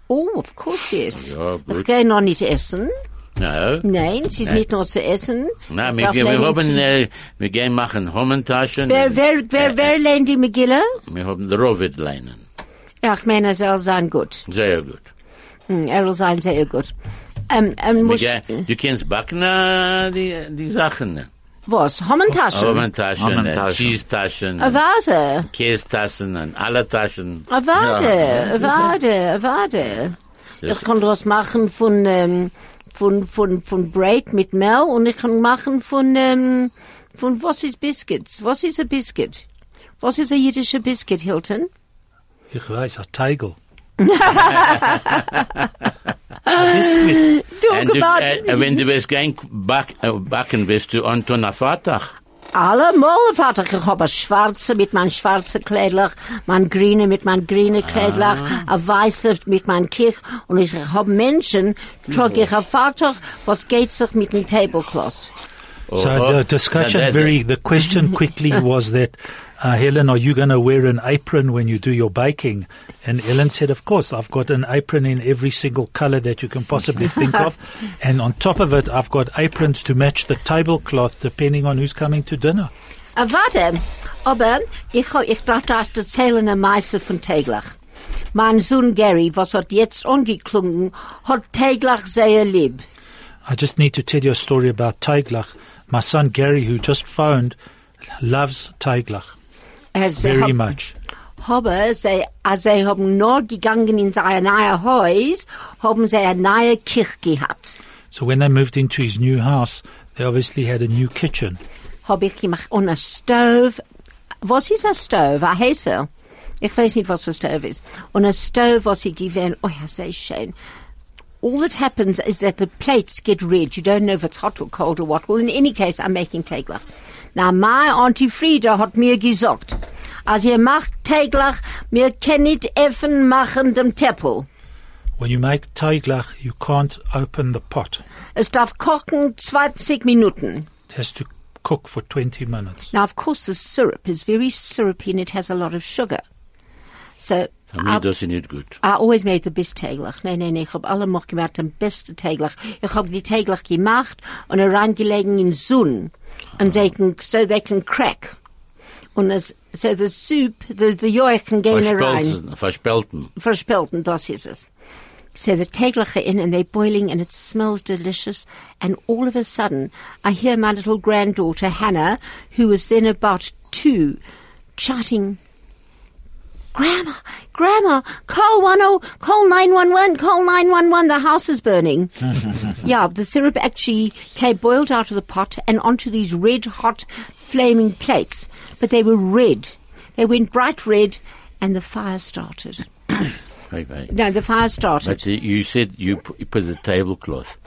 [SPEAKER 1] Oh, of course, yes.
[SPEAKER 2] Ja, gut.
[SPEAKER 1] Ich gehe noch nicht essen.
[SPEAKER 2] No.
[SPEAKER 1] Nein, es ist
[SPEAKER 2] Nein.
[SPEAKER 1] nicht noch zu essen.
[SPEAKER 2] Na,
[SPEAKER 1] Ich
[SPEAKER 2] wir,
[SPEAKER 1] darf
[SPEAKER 2] wir, wir
[SPEAKER 1] leider
[SPEAKER 2] haben,
[SPEAKER 1] nicht-
[SPEAKER 2] äh, wir gehen machen Hommentaschen.
[SPEAKER 1] Wer, wer, wer,
[SPEAKER 2] Äh,
[SPEAKER 1] wer lernt die Megillah?
[SPEAKER 2] Wir haben die Rovid lernen.
[SPEAKER 1] Ja, ich meine, er soll sein gut.
[SPEAKER 2] Sehr gut.
[SPEAKER 1] Hm, Er soll sein sehr gut. Ähm, ähm,
[SPEAKER 2] Wir
[SPEAKER 1] muss,
[SPEAKER 2] gehen, du kennst backen äh, die, die Sachen.
[SPEAKER 1] was? Hommentaschen?
[SPEAKER 2] Hommentaschen,
[SPEAKER 4] Hommentaschen.
[SPEAKER 2] und Cheese-Taschen,
[SPEAKER 1] Eine Vase.
[SPEAKER 2] Käse-Taschen und alle Taschen.
[SPEAKER 1] Eine Wade, eine Wade, eine Wade. Ich kann das machen von, ähm, von, von, von Bread mit Mehl und ich kann machen von, ähm, von was ist Biscuits? Was ist ein Biscuit? Was ist ein jüdischer Biscuit, Hilton?
[SPEAKER 3] Ich weiß, a Teigl. a biscuit.
[SPEAKER 1] Talk
[SPEAKER 2] And du,
[SPEAKER 1] about
[SPEAKER 2] äh, äh, wenn du wirst gehen back, äh, backen, wirst du Anton Afatach.
[SPEAKER 1] Allemal warte ich, ich habe ein schwarze mit meinem schwarzen Kleidlach, mein grüne mit meinem grünen Kleidlach, ein weiße mit meinem Kirch und ich habe Menschen, trage ich ein Vater, was geht sich mit dem Tablecloth?
[SPEAKER 2] Oh,
[SPEAKER 3] So the discussion very, the question quickly was that, uh, Helen, are you going to wear an apron when you do your baking? And Helen said, of course, I've got an apron in every single color that you can possibly think of. And on top of it, I've got aprons to match the tablecloth depending on who's coming to dinner.
[SPEAKER 1] Ah, warte, aber ich, hab- ich darf das erzählen am meisten von Teglach. Mein Sohn Gary, was hat jetzt angeklungen, hat Teglach sehr lieb.
[SPEAKER 3] I just need to tell you a story about Taiglach. My son Gary, who just phoned, loves Taiglach
[SPEAKER 1] Er sie
[SPEAKER 3] very
[SPEAKER 1] hab-
[SPEAKER 3] much.
[SPEAKER 1] Haben sie, als sie haben nur gegangen in sein neues Haus, haben sie eine neue Kirche gehabt.
[SPEAKER 3] So when they moved into his new house, they obviously had a new kitchen.
[SPEAKER 1] Hab ich gemacht. Und ein Stove. Was ist ein Stove? Ein Hässer. Ich weiß nicht, was ein Stove ist. Und ein Stove, was sie gewähnt. Oh ja, sehr schön. All that happens is that the plates get red. You don't know if it's hot or cold or what. Well, in any case, I'm making Teglach. Now, my Auntie Frieda hat mir gesagt, als ihr macht Teglach, mir kann nicht effen machen dem Teppel.
[SPEAKER 3] When you make Taiglach, you can't open the pot.
[SPEAKER 1] Es darf kochen 20 Minuten.
[SPEAKER 3] It has to cook for 20 minutes.
[SPEAKER 1] Now, of course, the syrup is very syrupy and it has a lot of sugar. So
[SPEAKER 2] Für mich
[SPEAKER 1] I,
[SPEAKER 2] das ist nicht gut.
[SPEAKER 1] I always made the best teglach. Nee, nee, nee, ich hab alle gemacht, gemacht, den besten teglach. Ich hab die teglach gemacht und reingelegen er in Sun. And they can, so they can crack. Und es, so the soup, the, the joich can gain er rein.
[SPEAKER 2] Verspelten, verspelten.
[SPEAKER 1] verspelten, das ist es. So the teglach are in and they're boiling and it smells delicious. And all of a sudden, I hear my little granddaughter, Hannah, who was then about two, shouting, Grandma, Grandma, call 10, call 911, call 911, the house is burning. yeah, the syrup actually came boiled out of the pot and onto these red hot flaming plates. But they were red. They went bright red and the fire started.
[SPEAKER 2] Okay.
[SPEAKER 1] No, the fire
[SPEAKER 2] But
[SPEAKER 1] started.
[SPEAKER 2] uh, you said you pu- you put a tablecloth.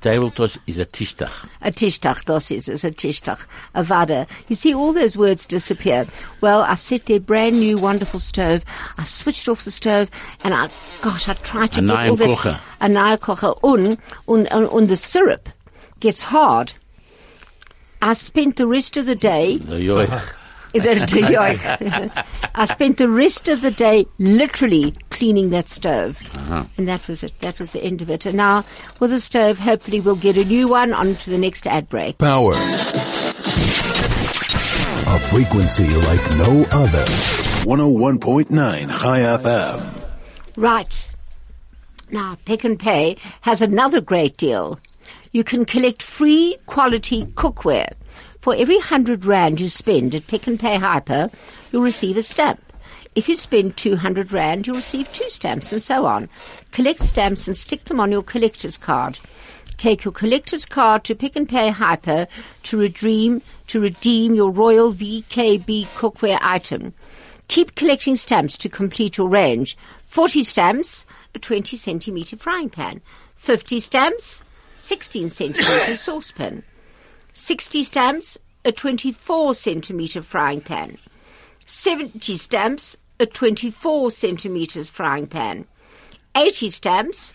[SPEAKER 2] Tablecloth is a tishtach.
[SPEAKER 1] A tishtach, das is, is a tishtach, a vada. You see, all those words disappear. Well, I set their brand new, wonderful stove. I switched off the stove, and I, gosh, I tried to
[SPEAKER 2] An
[SPEAKER 1] get all
[SPEAKER 2] iron
[SPEAKER 1] that.
[SPEAKER 2] kocher.
[SPEAKER 1] An iron kocher. Un, un, un, un, the syrup gets hard. I spent the rest of the day
[SPEAKER 2] So you're-
[SPEAKER 1] (laughs) That- yeah. (laughs) I spent the rest of the day literally cleaning that stove. And that was it. That was the end of it. And now, with the stove, hopefully we'll get a new one on to the next ad break.
[SPEAKER 5] Power. A frequency like no other. 101.9 High FM.
[SPEAKER 1] Right. Now, Pick and Pay has another great deal. You can collect free quality cookware. For every 100 Rand you spend at Pick and Pay Hyper, you'll receive a stamp. If you spend 200 Rand, you'll receive two stamps and so on. Collect stamps and stick them on your collector's card. Take your collector's card to Pick and Pay Hyper to redeem, to redeem your Royal VKB cookware item. Keep collecting stamps to complete your range. 40 stamps, a 20 centimeter frying pan. 50 stamps, 16 centimeter saucepan. 60 stamps, a 24 centimeter frying pan. 70 stamps, a 24 centimeters frying pan. 80 stamps,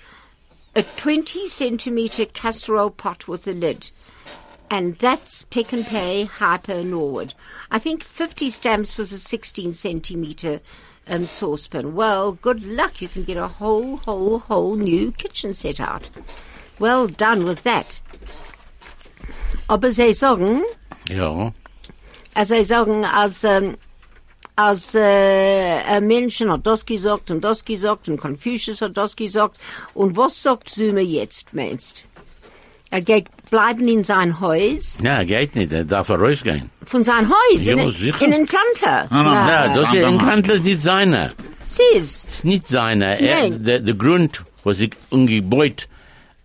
[SPEAKER 1] a 20 centimeter casserole pot with a lid. And that's Pick and Pay Hyper Norwood. I think 50 stamps was a 16 centimeter um, saucepan. Well, good luck. You can get a whole, whole, whole new kitchen set out. Well done with that. Aber sie sagen,
[SPEAKER 2] yeah.
[SPEAKER 1] also sie sagen, als, ähm, als äh, ein Menschen hat das gesagt und das gesagt und Confucius hat das gesagt. Und was sagt Süme jetzt, meinst? Er geht bleiben in sein Haus.
[SPEAKER 2] No, geht nicht. Er darf er rausgehen.
[SPEAKER 1] Von seinem Haus
[SPEAKER 2] Ja,
[SPEAKER 1] in,
[SPEAKER 2] sicher.
[SPEAKER 1] in Entlantler.
[SPEAKER 2] No,
[SPEAKER 1] Ah,
[SPEAKER 2] das ist
[SPEAKER 4] Andermal.
[SPEAKER 2] in Kantl ist nicht seiner.
[SPEAKER 1] Sis.
[SPEAKER 2] Ist nicht seiner. Er,
[SPEAKER 1] Nein.
[SPEAKER 2] der, der Grund, was ich umgebeut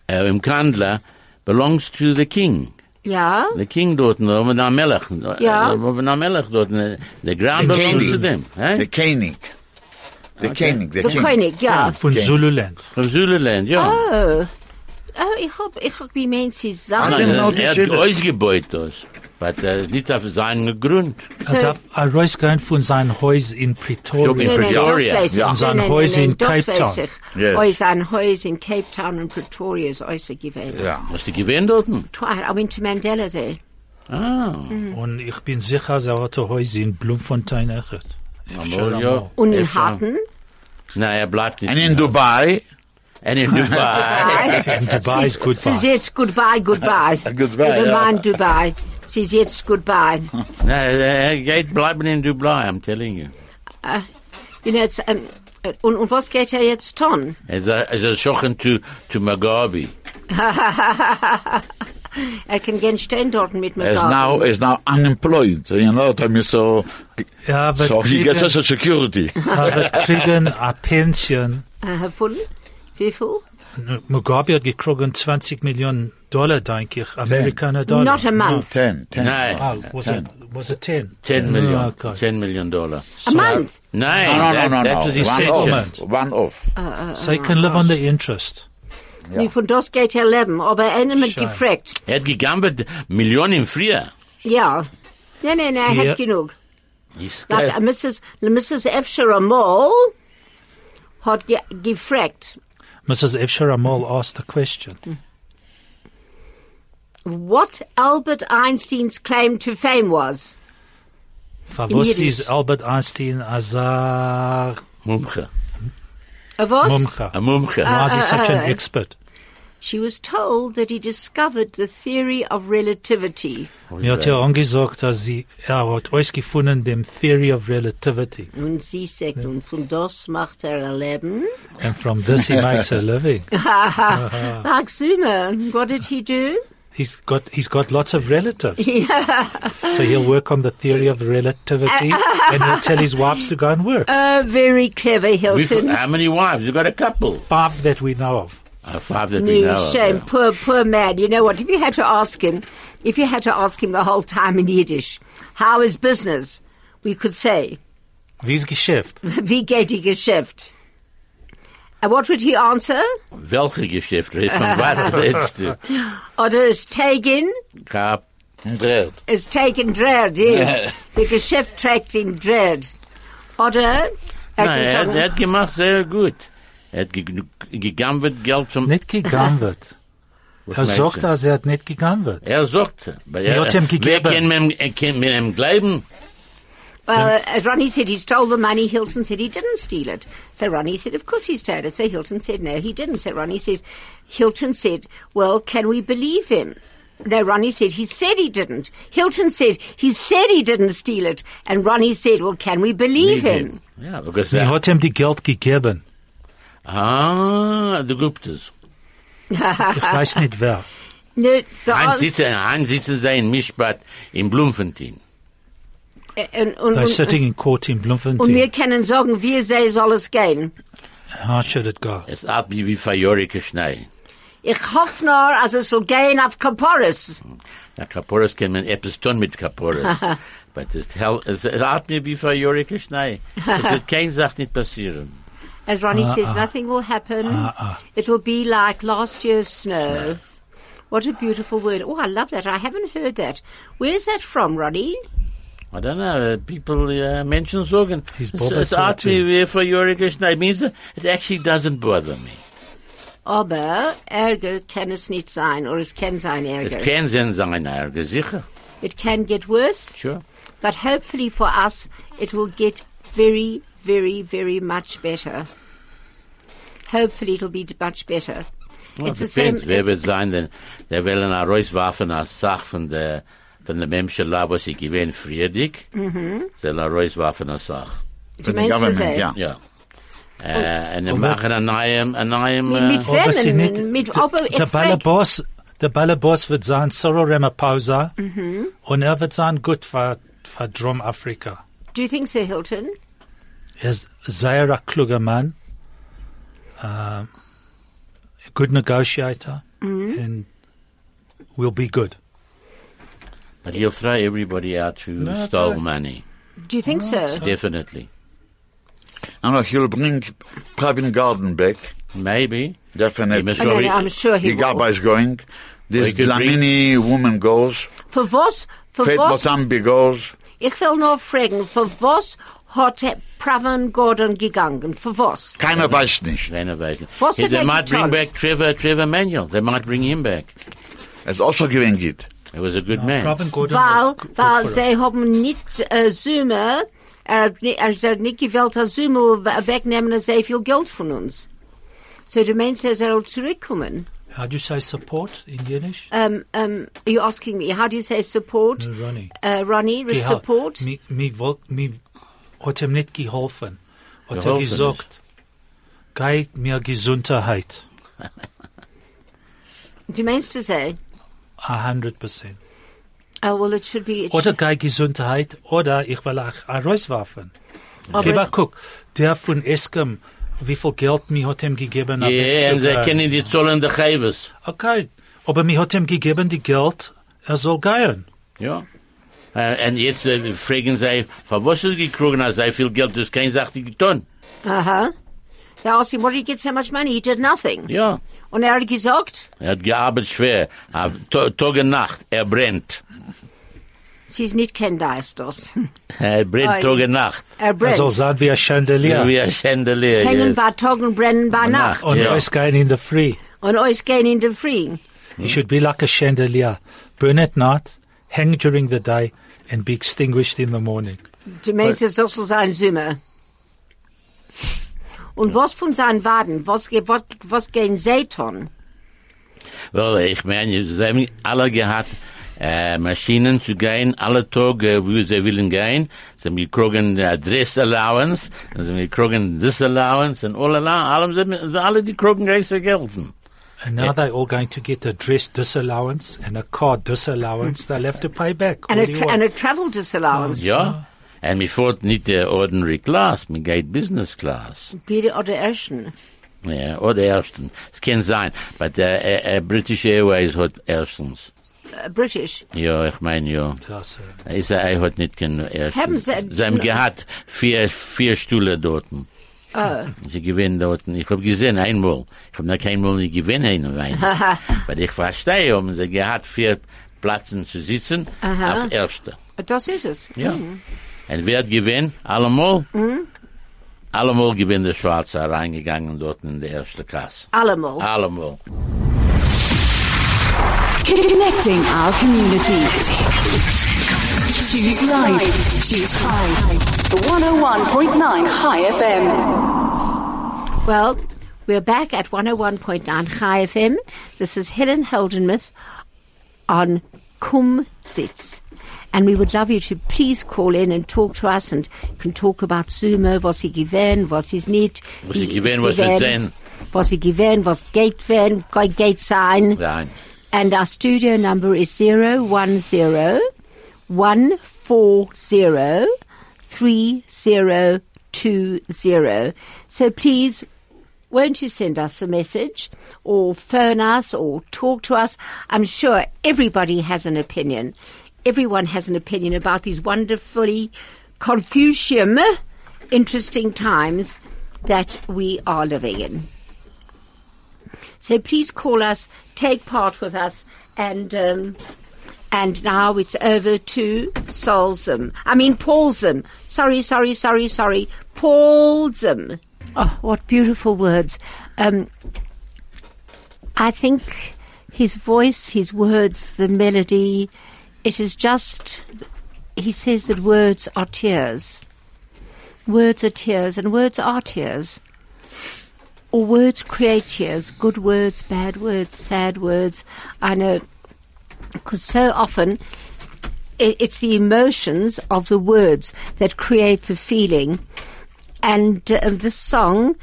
[SPEAKER 2] äh, im Kandler, belongs to the king.
[SPEAKER 1] Ja.
[SPEAKER 2] The king dort, da haben wir da Melech. Da-
[SPEAKER 1] Ja.
[SPEAKER 2] Da haben wir da Melech dort. ne? The ground
[SPEAKER 4] The
[SPEAKER 2] belongs
[SPEAKER 4] king.
[SPEAKER 2] to them.
[SPEAKER 4] The
[SPEAKER 2] eh?
[SPEAKER 4] Koenig. The Koenig. The
[SPEAKER 1] Der
[SPEAKER 4] Koenig.
[SPEAKER 1] König, ja.
[SPEAKER 3] Von
[SPEAKER 4] Okay.
[SPEAKER 3] Zululand.
[SPEAKER 2] From Zululand, ja.
[SPEAKER 1] Oh. Oh, ich hab, ich hab wie Menschen
[SPEAKER 4] I
[SPEAKER 2] Nein,
[SPEAKER 4] didn't
[SPEAKER 1] sagen.
[SPEAKER 4] know
[SPEAKER 2] er
[SPEAKER 4] this
[SPEAKER 2] hat
[SPEAKER 4] either.
[SPEAKER 2] ausgebeut das. Aber er ist nicht auf seinen Grund.
[SPEAKER 3] Er darf er rausgehen von seinem Haus in
[SPEAKER 2] Doch, in Pretoria.
[SPEAKER 3] Pretoria.
[SPEAKER 2] Pretoria.
[SPEAKER 4] Ja.
[SPEAKER 1] Ja.
[SPEAKER 3] Sein Haus in Cape Town.
[SPEAKER 4] Ja.
[SPEAKER 1] Oh, sein Haus in Cape Town und Pretoria ist ausgegeben.
[SPEAKER 4] Ja.
[SPEAKER 2] Hast du gewähnt dort?
[SPEAKER 1] Twice, I went to Mandela there.
[SPEAKER 4] Oh.
[SPEAKER 2] Ah.
[SPEAKER 3] Und ich bin sicher, er hat ein Haus in Bloemfontein. echt.
[SPEAKER 2] Amol, ja.
[SPEAKER 1] Und
[SPEAKER 2] Er
[SPEAKER 1] in
[SPEAKER 2] schon.
[SPEAKER 1] Harten.
[SPEAKER 2] Nein, er bleibt nicht.
[SPEAKER 4] And in Dubai.
[SPEAKER 2] And in Ah. Dubai.
[SPEAKER 4] (laughs)
[SPEAKER 3] And Dubai is
[SPEAKER 1] Sie ist
[SPEAKER 3] goodbye.
[SPEAKER 1] jetzt goodbye, goodbye.
[SPEAKER 4] Goodbye,
[SPEAKER 1] Never
[SPEAKER 4] ja.
[SPEAKER 1] mind Dubai. Sie ist jetzt goodbye.
[SPEAKER 2] Nein, er geht bleiben in Dubai, I'm telling you.
[SPEAKER 1] You know, it's, um, und, und was geht er jetzt tun?
[SPEAKER 2] Er ist er ist schocken zu, zu Mugabe.
[SPEAKER 1] Er kann gern stehen dort mit mir
[SPEAKER 4] Is now is now unemployed. You know what I mean? So
[SPEAKER 3] Ja, aber
[SPEAKER 4] so he gets
[SPEAKER 3] kriegen,
[SPEAKER 4] social security.
[SPEAKER 3] aber kriegen eine Pension.
[SPEAKER 1] Äh, voll? Wie viel?
[SPEAKER 3] Mugabe hat gekriegen 20 Millionen Dollar, denke ich. Amerikaner Dollar.
[SPEAKER 1] Not a month.
[SPEAKER 4] ten, ten.
[SPEAKER 2] Nein.
[SPEAKER 3] Ah, was it, was it 10?
[SPEAKER 2] 10 Millionen.
[SPEAKER 3] Oh, okay.
[SPEAKER 2] 10 Millionen Dollar.
[SPEAKER 1] A month?
[SPEAKER 2] Nein,
[SPEAKER 4] No, no,
[SPEAKER 2] that,
[SPEAKER 4] no, no,
[SPEAKER 2] that
[SPEAKER 4] no.
[SPEAKER 2] was his
[SPEAKER 4] One
[SPEAKER 2] settlement.
[SPEAKER 4] off. One off.
[SPEAKER 3] So you can
[SPEAKER 1] Oh,
[SPEAKER 3] live on the interest.
[SPEAKER 1] Nee, von das geht er leben. Aber einer mit
[SPEAKER 3] Schade.
[SPEAKER 1] gefragt.
[SPEAKER 2] Er hat gegambelt Millionen früher.
[SPEAKER 1] Ja. Nein, nein, nein, er
[SPEAKER 3] Ja.
[SPEAKER 1] hat genug.
[SPEAKER 2] Ist
[SPEAKER 1] Like,
[SPEAKER 2] geil.
[SPEAKER 1] uh, Mrs. Mrs. Efshira Mall hat ge gefragt.
[SPEAKER 3] Mrs. Efshar Amal asked the question.
[SPEAKER 1] what Albert Einstein's claim to fame was.
[SPEAKER 3] For what
[SPEAKER 1] Yiddish.
[SPEAKER 3] is Albert Einstein as a
[SPEAKER 2] Mumche.
[SPEAKER 1] Of us?
[SPEAKER 2] A
[SPEAKER 3] mumcha?
[SPEAKER 2] Mumche.
[SPEAKER 3] Why is he such an expert?
[SPEAKER 1] She was told that he discovered the theory of relativity.
[SPEAKER 3] Mir
[SPEAKER 2] uh,
[SPEAKER 3] hat ja angesagt, dass sie, er hat euch gefunden, dem Theory of Relativity.
[SPEAKER 1] Und sie sagt, und von das macht er ein Leben.
[SPEAKER 3] And from this he makes a living.
[SPEAKER 1] Like Zuma, what did he do?
[SPEAKER 3] He's got, he's got lots of relatives. So he'll work on the Theory of Relativity and he'll tell his wives to go and work.
[SPEAKER 1] Uh, very clever,
[SPEAKER 2] Wie viel-
[SPEAKER 1] Hilton.
[SPEAKER 2] How many wives? You got a couple.
[SPEAKER 3] Five that we know of.
[SPEAKER 2] Uh, five that we
[SPEAKER 1] New
[SPEAKER 2] know of,
[SPEAKER 1] shame,
[SPEAKER 2] yeah.
[SPEAKER 1] poor, poor man. You know what? If you had to ask him, if you had to ask him the whole time in Yiddish, how is business? We could say, (laughs)
[SPEAKER 3] Wie's Geschäft?
[SPEAKER 1] wie geht die Geschäft? And what would he answer?
[SPEAKER 2] Welche Geschäfte? Von was redest du?
[SPEAKER 1] Oder is Tegen,
[SPEAKER 2] Kap,
[SPEAKER 4] Dread.
[SPEAKER 1] is Tegen dread, yes. The Geschäft trägt in dread. Oder, er
[SPEAKER 2] Nein,
[SPEAKER 1] kann
[SPEAKER 2] er,
[SPEAKER 1] sagen,
[SPEAKER 2] er hat gemacht sehr gut. Er hat geg- gegambelt Geld zum...
[SPEAKER 8] Nicht gegangen wird. Er
[SPEAKER 2] meinst
[SPEAKER 8] sagt,
[SPEAKER 2] du?
[SPEAKER 8] dass er hat nicht gegangen wird.
[SPEAKER 2] Er sagt. aber Er,
[SPEAKER 8] hat ihm gegeben.
[SPEAKER 2] Wer kann mit, ihm- er kann mit ihm bleiben?
[SPEAKER 1] well, as Ronnie said, he stole the money. Hilton said he didn't steal it. So Ronnie said, of course he stole it. So Hilton said, no, he didn't. So Ronnie says, Hilton said, well, can we believe him? No, Ronnie said, he said he didn't. Hilton said, he said he didn't steal it. And Ronnie said, well, can we believe him?
[SPEAKER 2] Ja, because
[SPEAKER 3] He
[SPEAKER 2] er,
[SPEAKER 3] hat ihm die Geld gegeben.
[SPEAKER 2] ah, du gibt es.
[SPEAKER 3] Ich weiß nicht wer.
[SPEAKER 1] No, the
[SPEAKER 2] Ein
[SPEAKER 1] ans-
[SPEAKER 2] sitzen, ein sitzen sie in Mischbad in Bloemfontein.
[SPEAKER 1] and- und-
[SPEAKER 3] They're
[SPEAKER 1] und-
[SPEAKER 3] sitting in court in
[SPEAKER 1] Und wir
[SPEAKER 3] Bloemfontein.
[SPEAKER 1] können sagen, wie sei soll es gehen.
[SPEAKER 3] How should it go?
[SPEAKER 2] Es ab wie wie verjährige Schnee.
[SPEAKER 1] Ich hoffe nur, also es soll gehen auf Kaporis.
[SPEAKER 2] Na, Kaporas kann man etwas tun mit Kaporas. But es, hell, es, es ab mir wie verjährige Schnee. Es wird keine Sache nicht passieren.
[SPEAKER 1] As Ronnie says, nothing will happen. It will be like last year's snow. What a beautiful word. Oh, I love that. I haven't heard that. Where's that from, Ronnie?
[SPEAKER 2] I don't know, uh, people, uh, Menschen sorgen.
[SPEAKER 3] He's
[SPEAKER 2] Es-
[SPEAKER 3] Boba
[SPEAKER 2] Es hat
[SPEAKER 3] Thornton.
[SPEAKER 2] mir wie verjährige Schnee. It means it actually doesn't bother me.
[SPEAKER 1] Aber Ergo kann es nicht sein, or es kann sein
[SPEAKER 2] Es
[SPEAKER 1] Ergo.
[SPEAKER 2] kann sein, sein Ärger, sicher.
[SPEAKER 1] It can get worse,
[SPEAKER 2] Sure.
[SPEAKER 1] but hopefully for us, it will get very, very, very much better. Hopefully it'll be much better.
[SPEAKER 2] Well,
[SPEAKER 1] it's the same.
[SPEAKER 2] depends. Wer
[SPEAKER 1] it's-
[SPEAKER 2] wird sein, denn der will eine Reuswaffen als Sach von der, von der Memschela, was sie gewähnt, friedig. Mhm. Sie will eine Reuswaffen als Sach.
[SPEAKER 1] Du meinst, Suzanne?
[SPEAKER 4] ja.
[SPEAKER 2] Ja. Äh, und dann machen einen neuen, einen neuen, äh,
[SPEAKER 1] Oh. Mit
[SPEAKER 3] Aber sie nicht-
[SPEAKER 1] Femen, mit Ober,
[SPEAKER 3] Der Ballerboss, der Ballerboss wird sein Cyril Ramaphosa und er wird sein gut für, für Drum Afrika.
[SPEAKER 1] Do you think so, Hilton?
[SPEAKER 3] Er ist sehr ein kluger Mann, uh, good negotiator and will be good.
[SPEAKER 2] but he'll throw everybody out who
[SPEAKER 3] No,
[SPEAKER 2] stole
[SPEAKER 3] no.
[SPEAKER 2] money.
[SPEAKER 1] Do you think so?
[SPEAKER 2] Definitely.
[SPEAKER 4] And he'll bring Pravin Garden back.
[SPEAKER 2] Maybe. He
[SPEAKER 4] Definitely.
[SPEAKER 2] must
[SPEAKER 1] I know,
[SPEAKER 2] worry-
[SPEAKER 1] I'm sure he
[SPEAKER 4] The Gaba
[SPEAKER 1] will.
[SPEAKER 4] is going. This
[SPEAKER 2] We could
[SPEAKER 4] Dlamini woman goes.
[SPEAKER 1] Für was, für
[SPEAKER 4] Faith
[SPEAKER 1] was,
[SPEAKER 4] Motambi goes.
[SPEAKER 1] ich will nur fragen, für was hat Herr Pravin Gordon gegangen? Für was?
[SPEAKER 4] Keiner weiß nicht.
[SPEAKER 2] Keiner weiß.
[SPEAKER 1] Was hat
[SPEAKER 2] They
[SPEAKER 1] er
[SPEAKER 2] might
[SPEAKER 1] getan?
[SPEAKER 2] bring back Trevor, Trevor Manuel. They might bring him back.
[SPEAKER 4] Es also gewinnt geht.
[SPEAKER 2] He was a good man.
[SPEAKER 3] Pravin Gordhan
[SPEAKER 1] Weil,
[SPEAKER 3] was good
[SPEAKER 1] weil
[SPEAKER 3] for us.
[SPEAKER 1] sie haben nicht äh, Summe, er hat ni- er hat nicht gewählt, dass Summe we- wegnehmen er sehr viel Geld von uns. So du meinst, er soll zurückkommen?
[SPEAKER 3] How do you say support in Yiddish?
[SPEAKER 1] Um, um, you're asking me, how do you say support?
[SPEAKER 3] No, Eh, Ronnie.
[SPEAKER 1] Uh, Ronnie,
[SPEAKER 3] Gehal-
[SPEAKER 1] support?
[SPEAKER 3] Mi, mi, wol- mi hat ihm nicht geholfen. Hat er
[SPEAKER 2] Geholfen
[SPEAKER 3] gesagt, geh mir Gesundheit.
[SPEAKER 1] Du meinst du sei?
[SPEAKER 3] 100%.
[SPEAKER 1] Oh, well, it should be. It
[SPEAKER 3] Oder
[SPEAKER 1] should,
[SPEAKER 3] geh Gesundheit, oder ich will auch ein Reuswaffen. Gib mal,
[SPEAKER 1] aber,
[SPEAKER 3] guck, der von Eskom, wie viel Geld mir hat ihm gegeben?
[SPEAKER 2] Ja,
[SPEAKER 3] hab ich
[SPEAKER 2] und sie
[SPEAKER 3] sogar-
[SPEAKER 2] kennen die Zollen der Chivas.
[SPEAKER 3] Okay, aber mir hat ihm gegeben die Geld, er soll gehen.
[SPEAKER 2] Ja. Äh, En jetzt äh, fragen sie, von was ist gekriegen, als sei viel Geld, das kein Sache getan.
[SPEAKER 1] uh huh. They asked him, what did he get so much money? He did nothing.
[SPEAKER 2] Ja.
[SPEAKER 1] Und er hat gesagt,
[SPEAKER 2] Er hat gearbeitet schwer. Auf To- Tag und Nacht. Er brennt.
[SPEAKER 1] sie ist nicht kein Deistos.
[SPEAKER 2] Er brennt
[SPEAKER 1] Oi.
[SPEAKER 2] Tag und Nacht.
[SPEAKER 1] Er
[SPEAKER 3] Er
[SPEAKER 2] Also,
[SPEAKER 3] soll
[SPEAKER 1] brennt.
[SPEAKER 3] sein wie ein Chandelier.
[SPEAKER 2] Wie ein Chandelier.
[SPEAKER 1] Äh, Hängen
[SPEAKER 2] yes.
[SPEAKER 1] bei Tag und brennen bei
[SPEAKER 2] Nacht.
[SPEAKER 1] Nacht.
[SPEAKER 3] Und
[SPEAKER 2] Ja.
[SPEAKER 3] er ist gehen in the free.
[SPEAKER 1] Und euch gehen in den Frieden.
[SPEAKER 3] He should be like a chandelier. Burn at night, hang during the day, and be extinguished in the morning.
[SPEAKER 2] Äh.
[SPEAKER 1] Du meinst, es das soll sein Sümmer. Und was von seinen Waden? Was, ge- was, was gehen Satan?
[SPEAKER 2] Well, ich meine, sie haben alle gehabt, äh, Maschinen zu gehen, alle Tage, äh, wo sie willen gehen. Sie haben gekriegen äh, Dress Allowance, und sie haben gekriegen This Allowance, und all allem, sie haben sie alle gekriegen größer Geld.
[SPEAKER 3] And now they're all going to get a dress disallowance and a car disallowance they'll have to pay back.
[SPEAKER 1] And
[SPEAKER 3] What
[SPEAKER 1] a,
[SPEAKER 3] do you
[SPEAKER 1] tra and
[SPEAKER 3] want?
[SPEAKER 1] a travel disallowance.
[SPEAKER 2] Ja? Und wir fährt nicht der ordinary class, wir geht business class.
[SPEAKER 1] Bitte oder Erschen.
[SPEAKER 2] Ja, oder erstens. Es kann sein, but äh, äh, äh, British Airways hat erstens.
[SPEAKER 1] Äh, British.
[SPEAKER 2] Ja, ich meine, ja.
[SPEAKER 3] Ja, sir.
[SPEAKER 2] Ich sage, er hat nicht genug erstens.
[SPEAKER 1] Haben
[SPEAKER 2] Sie
[SPEAKER 1] Sie-
[SPEAKER 2] haben gehabt vier, vier Stühle dort.
[SPEAKER 1] Oh.
[SPEAKER 2] Sie gewinnen dort. Ich habe gesehen einmal. Ich habe noch keinmal nicht gewinnen in
[SPEAKER 1] (laughs)
[SPEAKER 2] Wein. Weil ich verstehe, um sie gehabt vier Plätzen zu sitzen,
[SPEAKER 1] Aha.
[SPEAKER 2] als Erste.
[SPEAKER 1] Das ist es.
[SPEAKER 2] Ja. Und wer hat gewinnt? Allemal?
[SPEAKER 1] Mhm.
[SPEAKER 2] Allemal gewinnt der Schwarze reingegangen dort in die erste Klasse.
[SPEAKER 1] Allemal.
[SPEAKER 2] Ah. Allemal.
[SPEAKER 6] Connecting our community. Choose life. Choose high. 101.9 High FM.
[SPEAKER 1] Well, we're back at 101.9 High FM. This is Helen Holdenmuth on Kum Sitz. And we would love you to please call in and talk to us and can talk about Sumo, was he given, was he's neat.
[SPEAKER 2] Was he given, was it then?
[SPEAKER 1] Was he given, was gate van, gate sign.
[SPEAKER 2] Nein.
[SPEAKER 1] And our studio number is 010 140 3020. So please, won't you send us a message or phone us or talk to us? I'm sure everybody has an opinion. Everyone has an opinion about these wonderfully Confucian, interesting times that we are living in. So please call us, take part with us, and um, and now it's over to Solzum. I mean Paulsum. Sorry, sorry, sorry, sorry. Paulsum. Oh, what beautiful words. Um, I think his voice, his words, the melody, it is just. He says that words are tears. Words are tears, and words are tears or words create tears. Good words, bad words, sad words. I know, because so often i it's the emotions of the words that create the feeling. And uh, this song,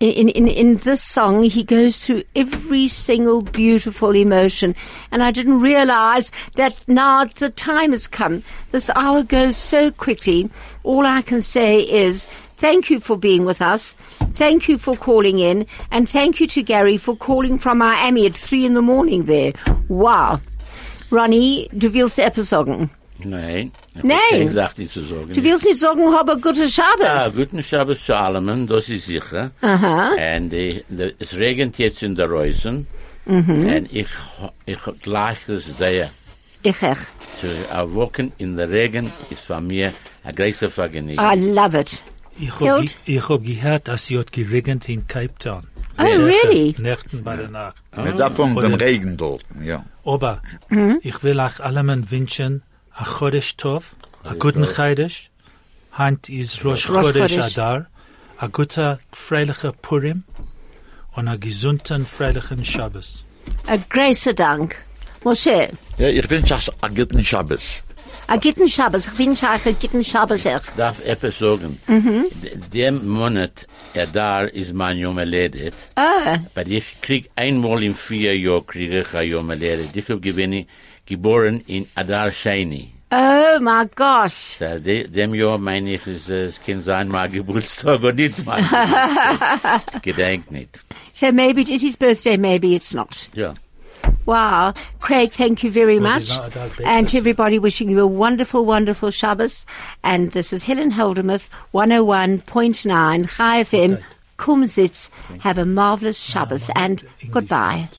[SPEAKER 1] in, in- in, in this song, he goes through every single beautiful emotion. And I didn't realize that now the time has come. This hour goes so quickly. All I can say is thank you for being with us. Thank you for calling in. And thank you to Gary for calling from Miami at three in the morning there. Wow. Ronnie, du willst etwas sagen?
[SPEAKER 2] Nein. Ich hab
[SPEAKER 1] Nein.
[SPEAKER 2] keine Sache nicht zu sagen.
[SPEAKER 1] Du willst nicht sagen, habe gute
[SPEAKER 2] Ah,
[SPEAKER 1] Schabes.
[SPEAKER 2] guten Schabes zu allem, das ist sicher.
[SPEAKER 1] Aha.
[SPEAKER 2] Und äh, de- es regnet jetzt in der Reusen. Und ich, ho- ich gleich das sehr.
[SPEAKER 1] Ich, ich.
[SPEAKER 2] Zu erwachen in der Regen ist von mir eine große Vergnügen.
[SPEAKER 1] I love it.
[SPEAKER 3] Ich hab,
[SPEAKER 1] Hild?
[SPEAKER 3] ge- ich hab gehört, dass sie hat geregnet in Cape Town.
[SPEAKER 1] Oh, really?
[SPEAKER 3] Nächten bei der Nacht.
[SPEAKER 4] Mit davon
[SPEAKER 3] Oder-
[SPEAKER 4] dem Regen dort, ja.
[SPEAKER 3] Aber ich will euch allen wünschen, a Chodesh Tov, a guten Chodesh. Hand is Rosh
[SPEAKER 1] Rosh
[SPEAKER 3] Chodesh
[SPEAKER 1] Chodesh.
[SPEAKER 3] Adar, a guter, freilicher Purim und a gesunden, freilichen Shabbos.
[SPEAKER 1] A grace dank. Moshe.
[SPEAKER 4] Ja, ich ah, wünsche euch einen guten Schabbos.
[SPEAKER 1] A gitten Shabbos. Ich wünsche euch a gitten Shabbos. Ich.
[SPEAKER 2] darf etwas sagen. D- Dem Monat, er da ist mein Junge Ledet.
[SPEAKER 1] Ah.
[SPEAKER 2] Weil ich krieg einmal in vier Jahren kriege ich ein Junge Ledet. Ich hab gewinne, geboren in Adar Shani.
[SPEAKER 1] Oh my gosh.
[SPEAKER 2] Da- de- Dem Jahr meine ich, es, äh, es kann sein, mein Geburtstag oder nicht mein Geburtstag. Gedenk nicht.
[SPEAKER 1] So maybe it is his birthday, maybe it's not.
[SPEAKER 2] Ja.
[SPEAKER 1] Wow. Craig, thank you very
[SPEAKER 3] Well,
[SPEAKER 1] much.
[SPEAKER 3] there's not a doubt about
[SPEAKER 1] And
[SPEAKER 3] it.
[SPEAKER 1] to everybody wishing you a wonderful, wonderful Shabbos. And this is Helen oh Holdermuth, 101.9 High FM, Kumsitz. Have a marvelous Shabbos and goodbye.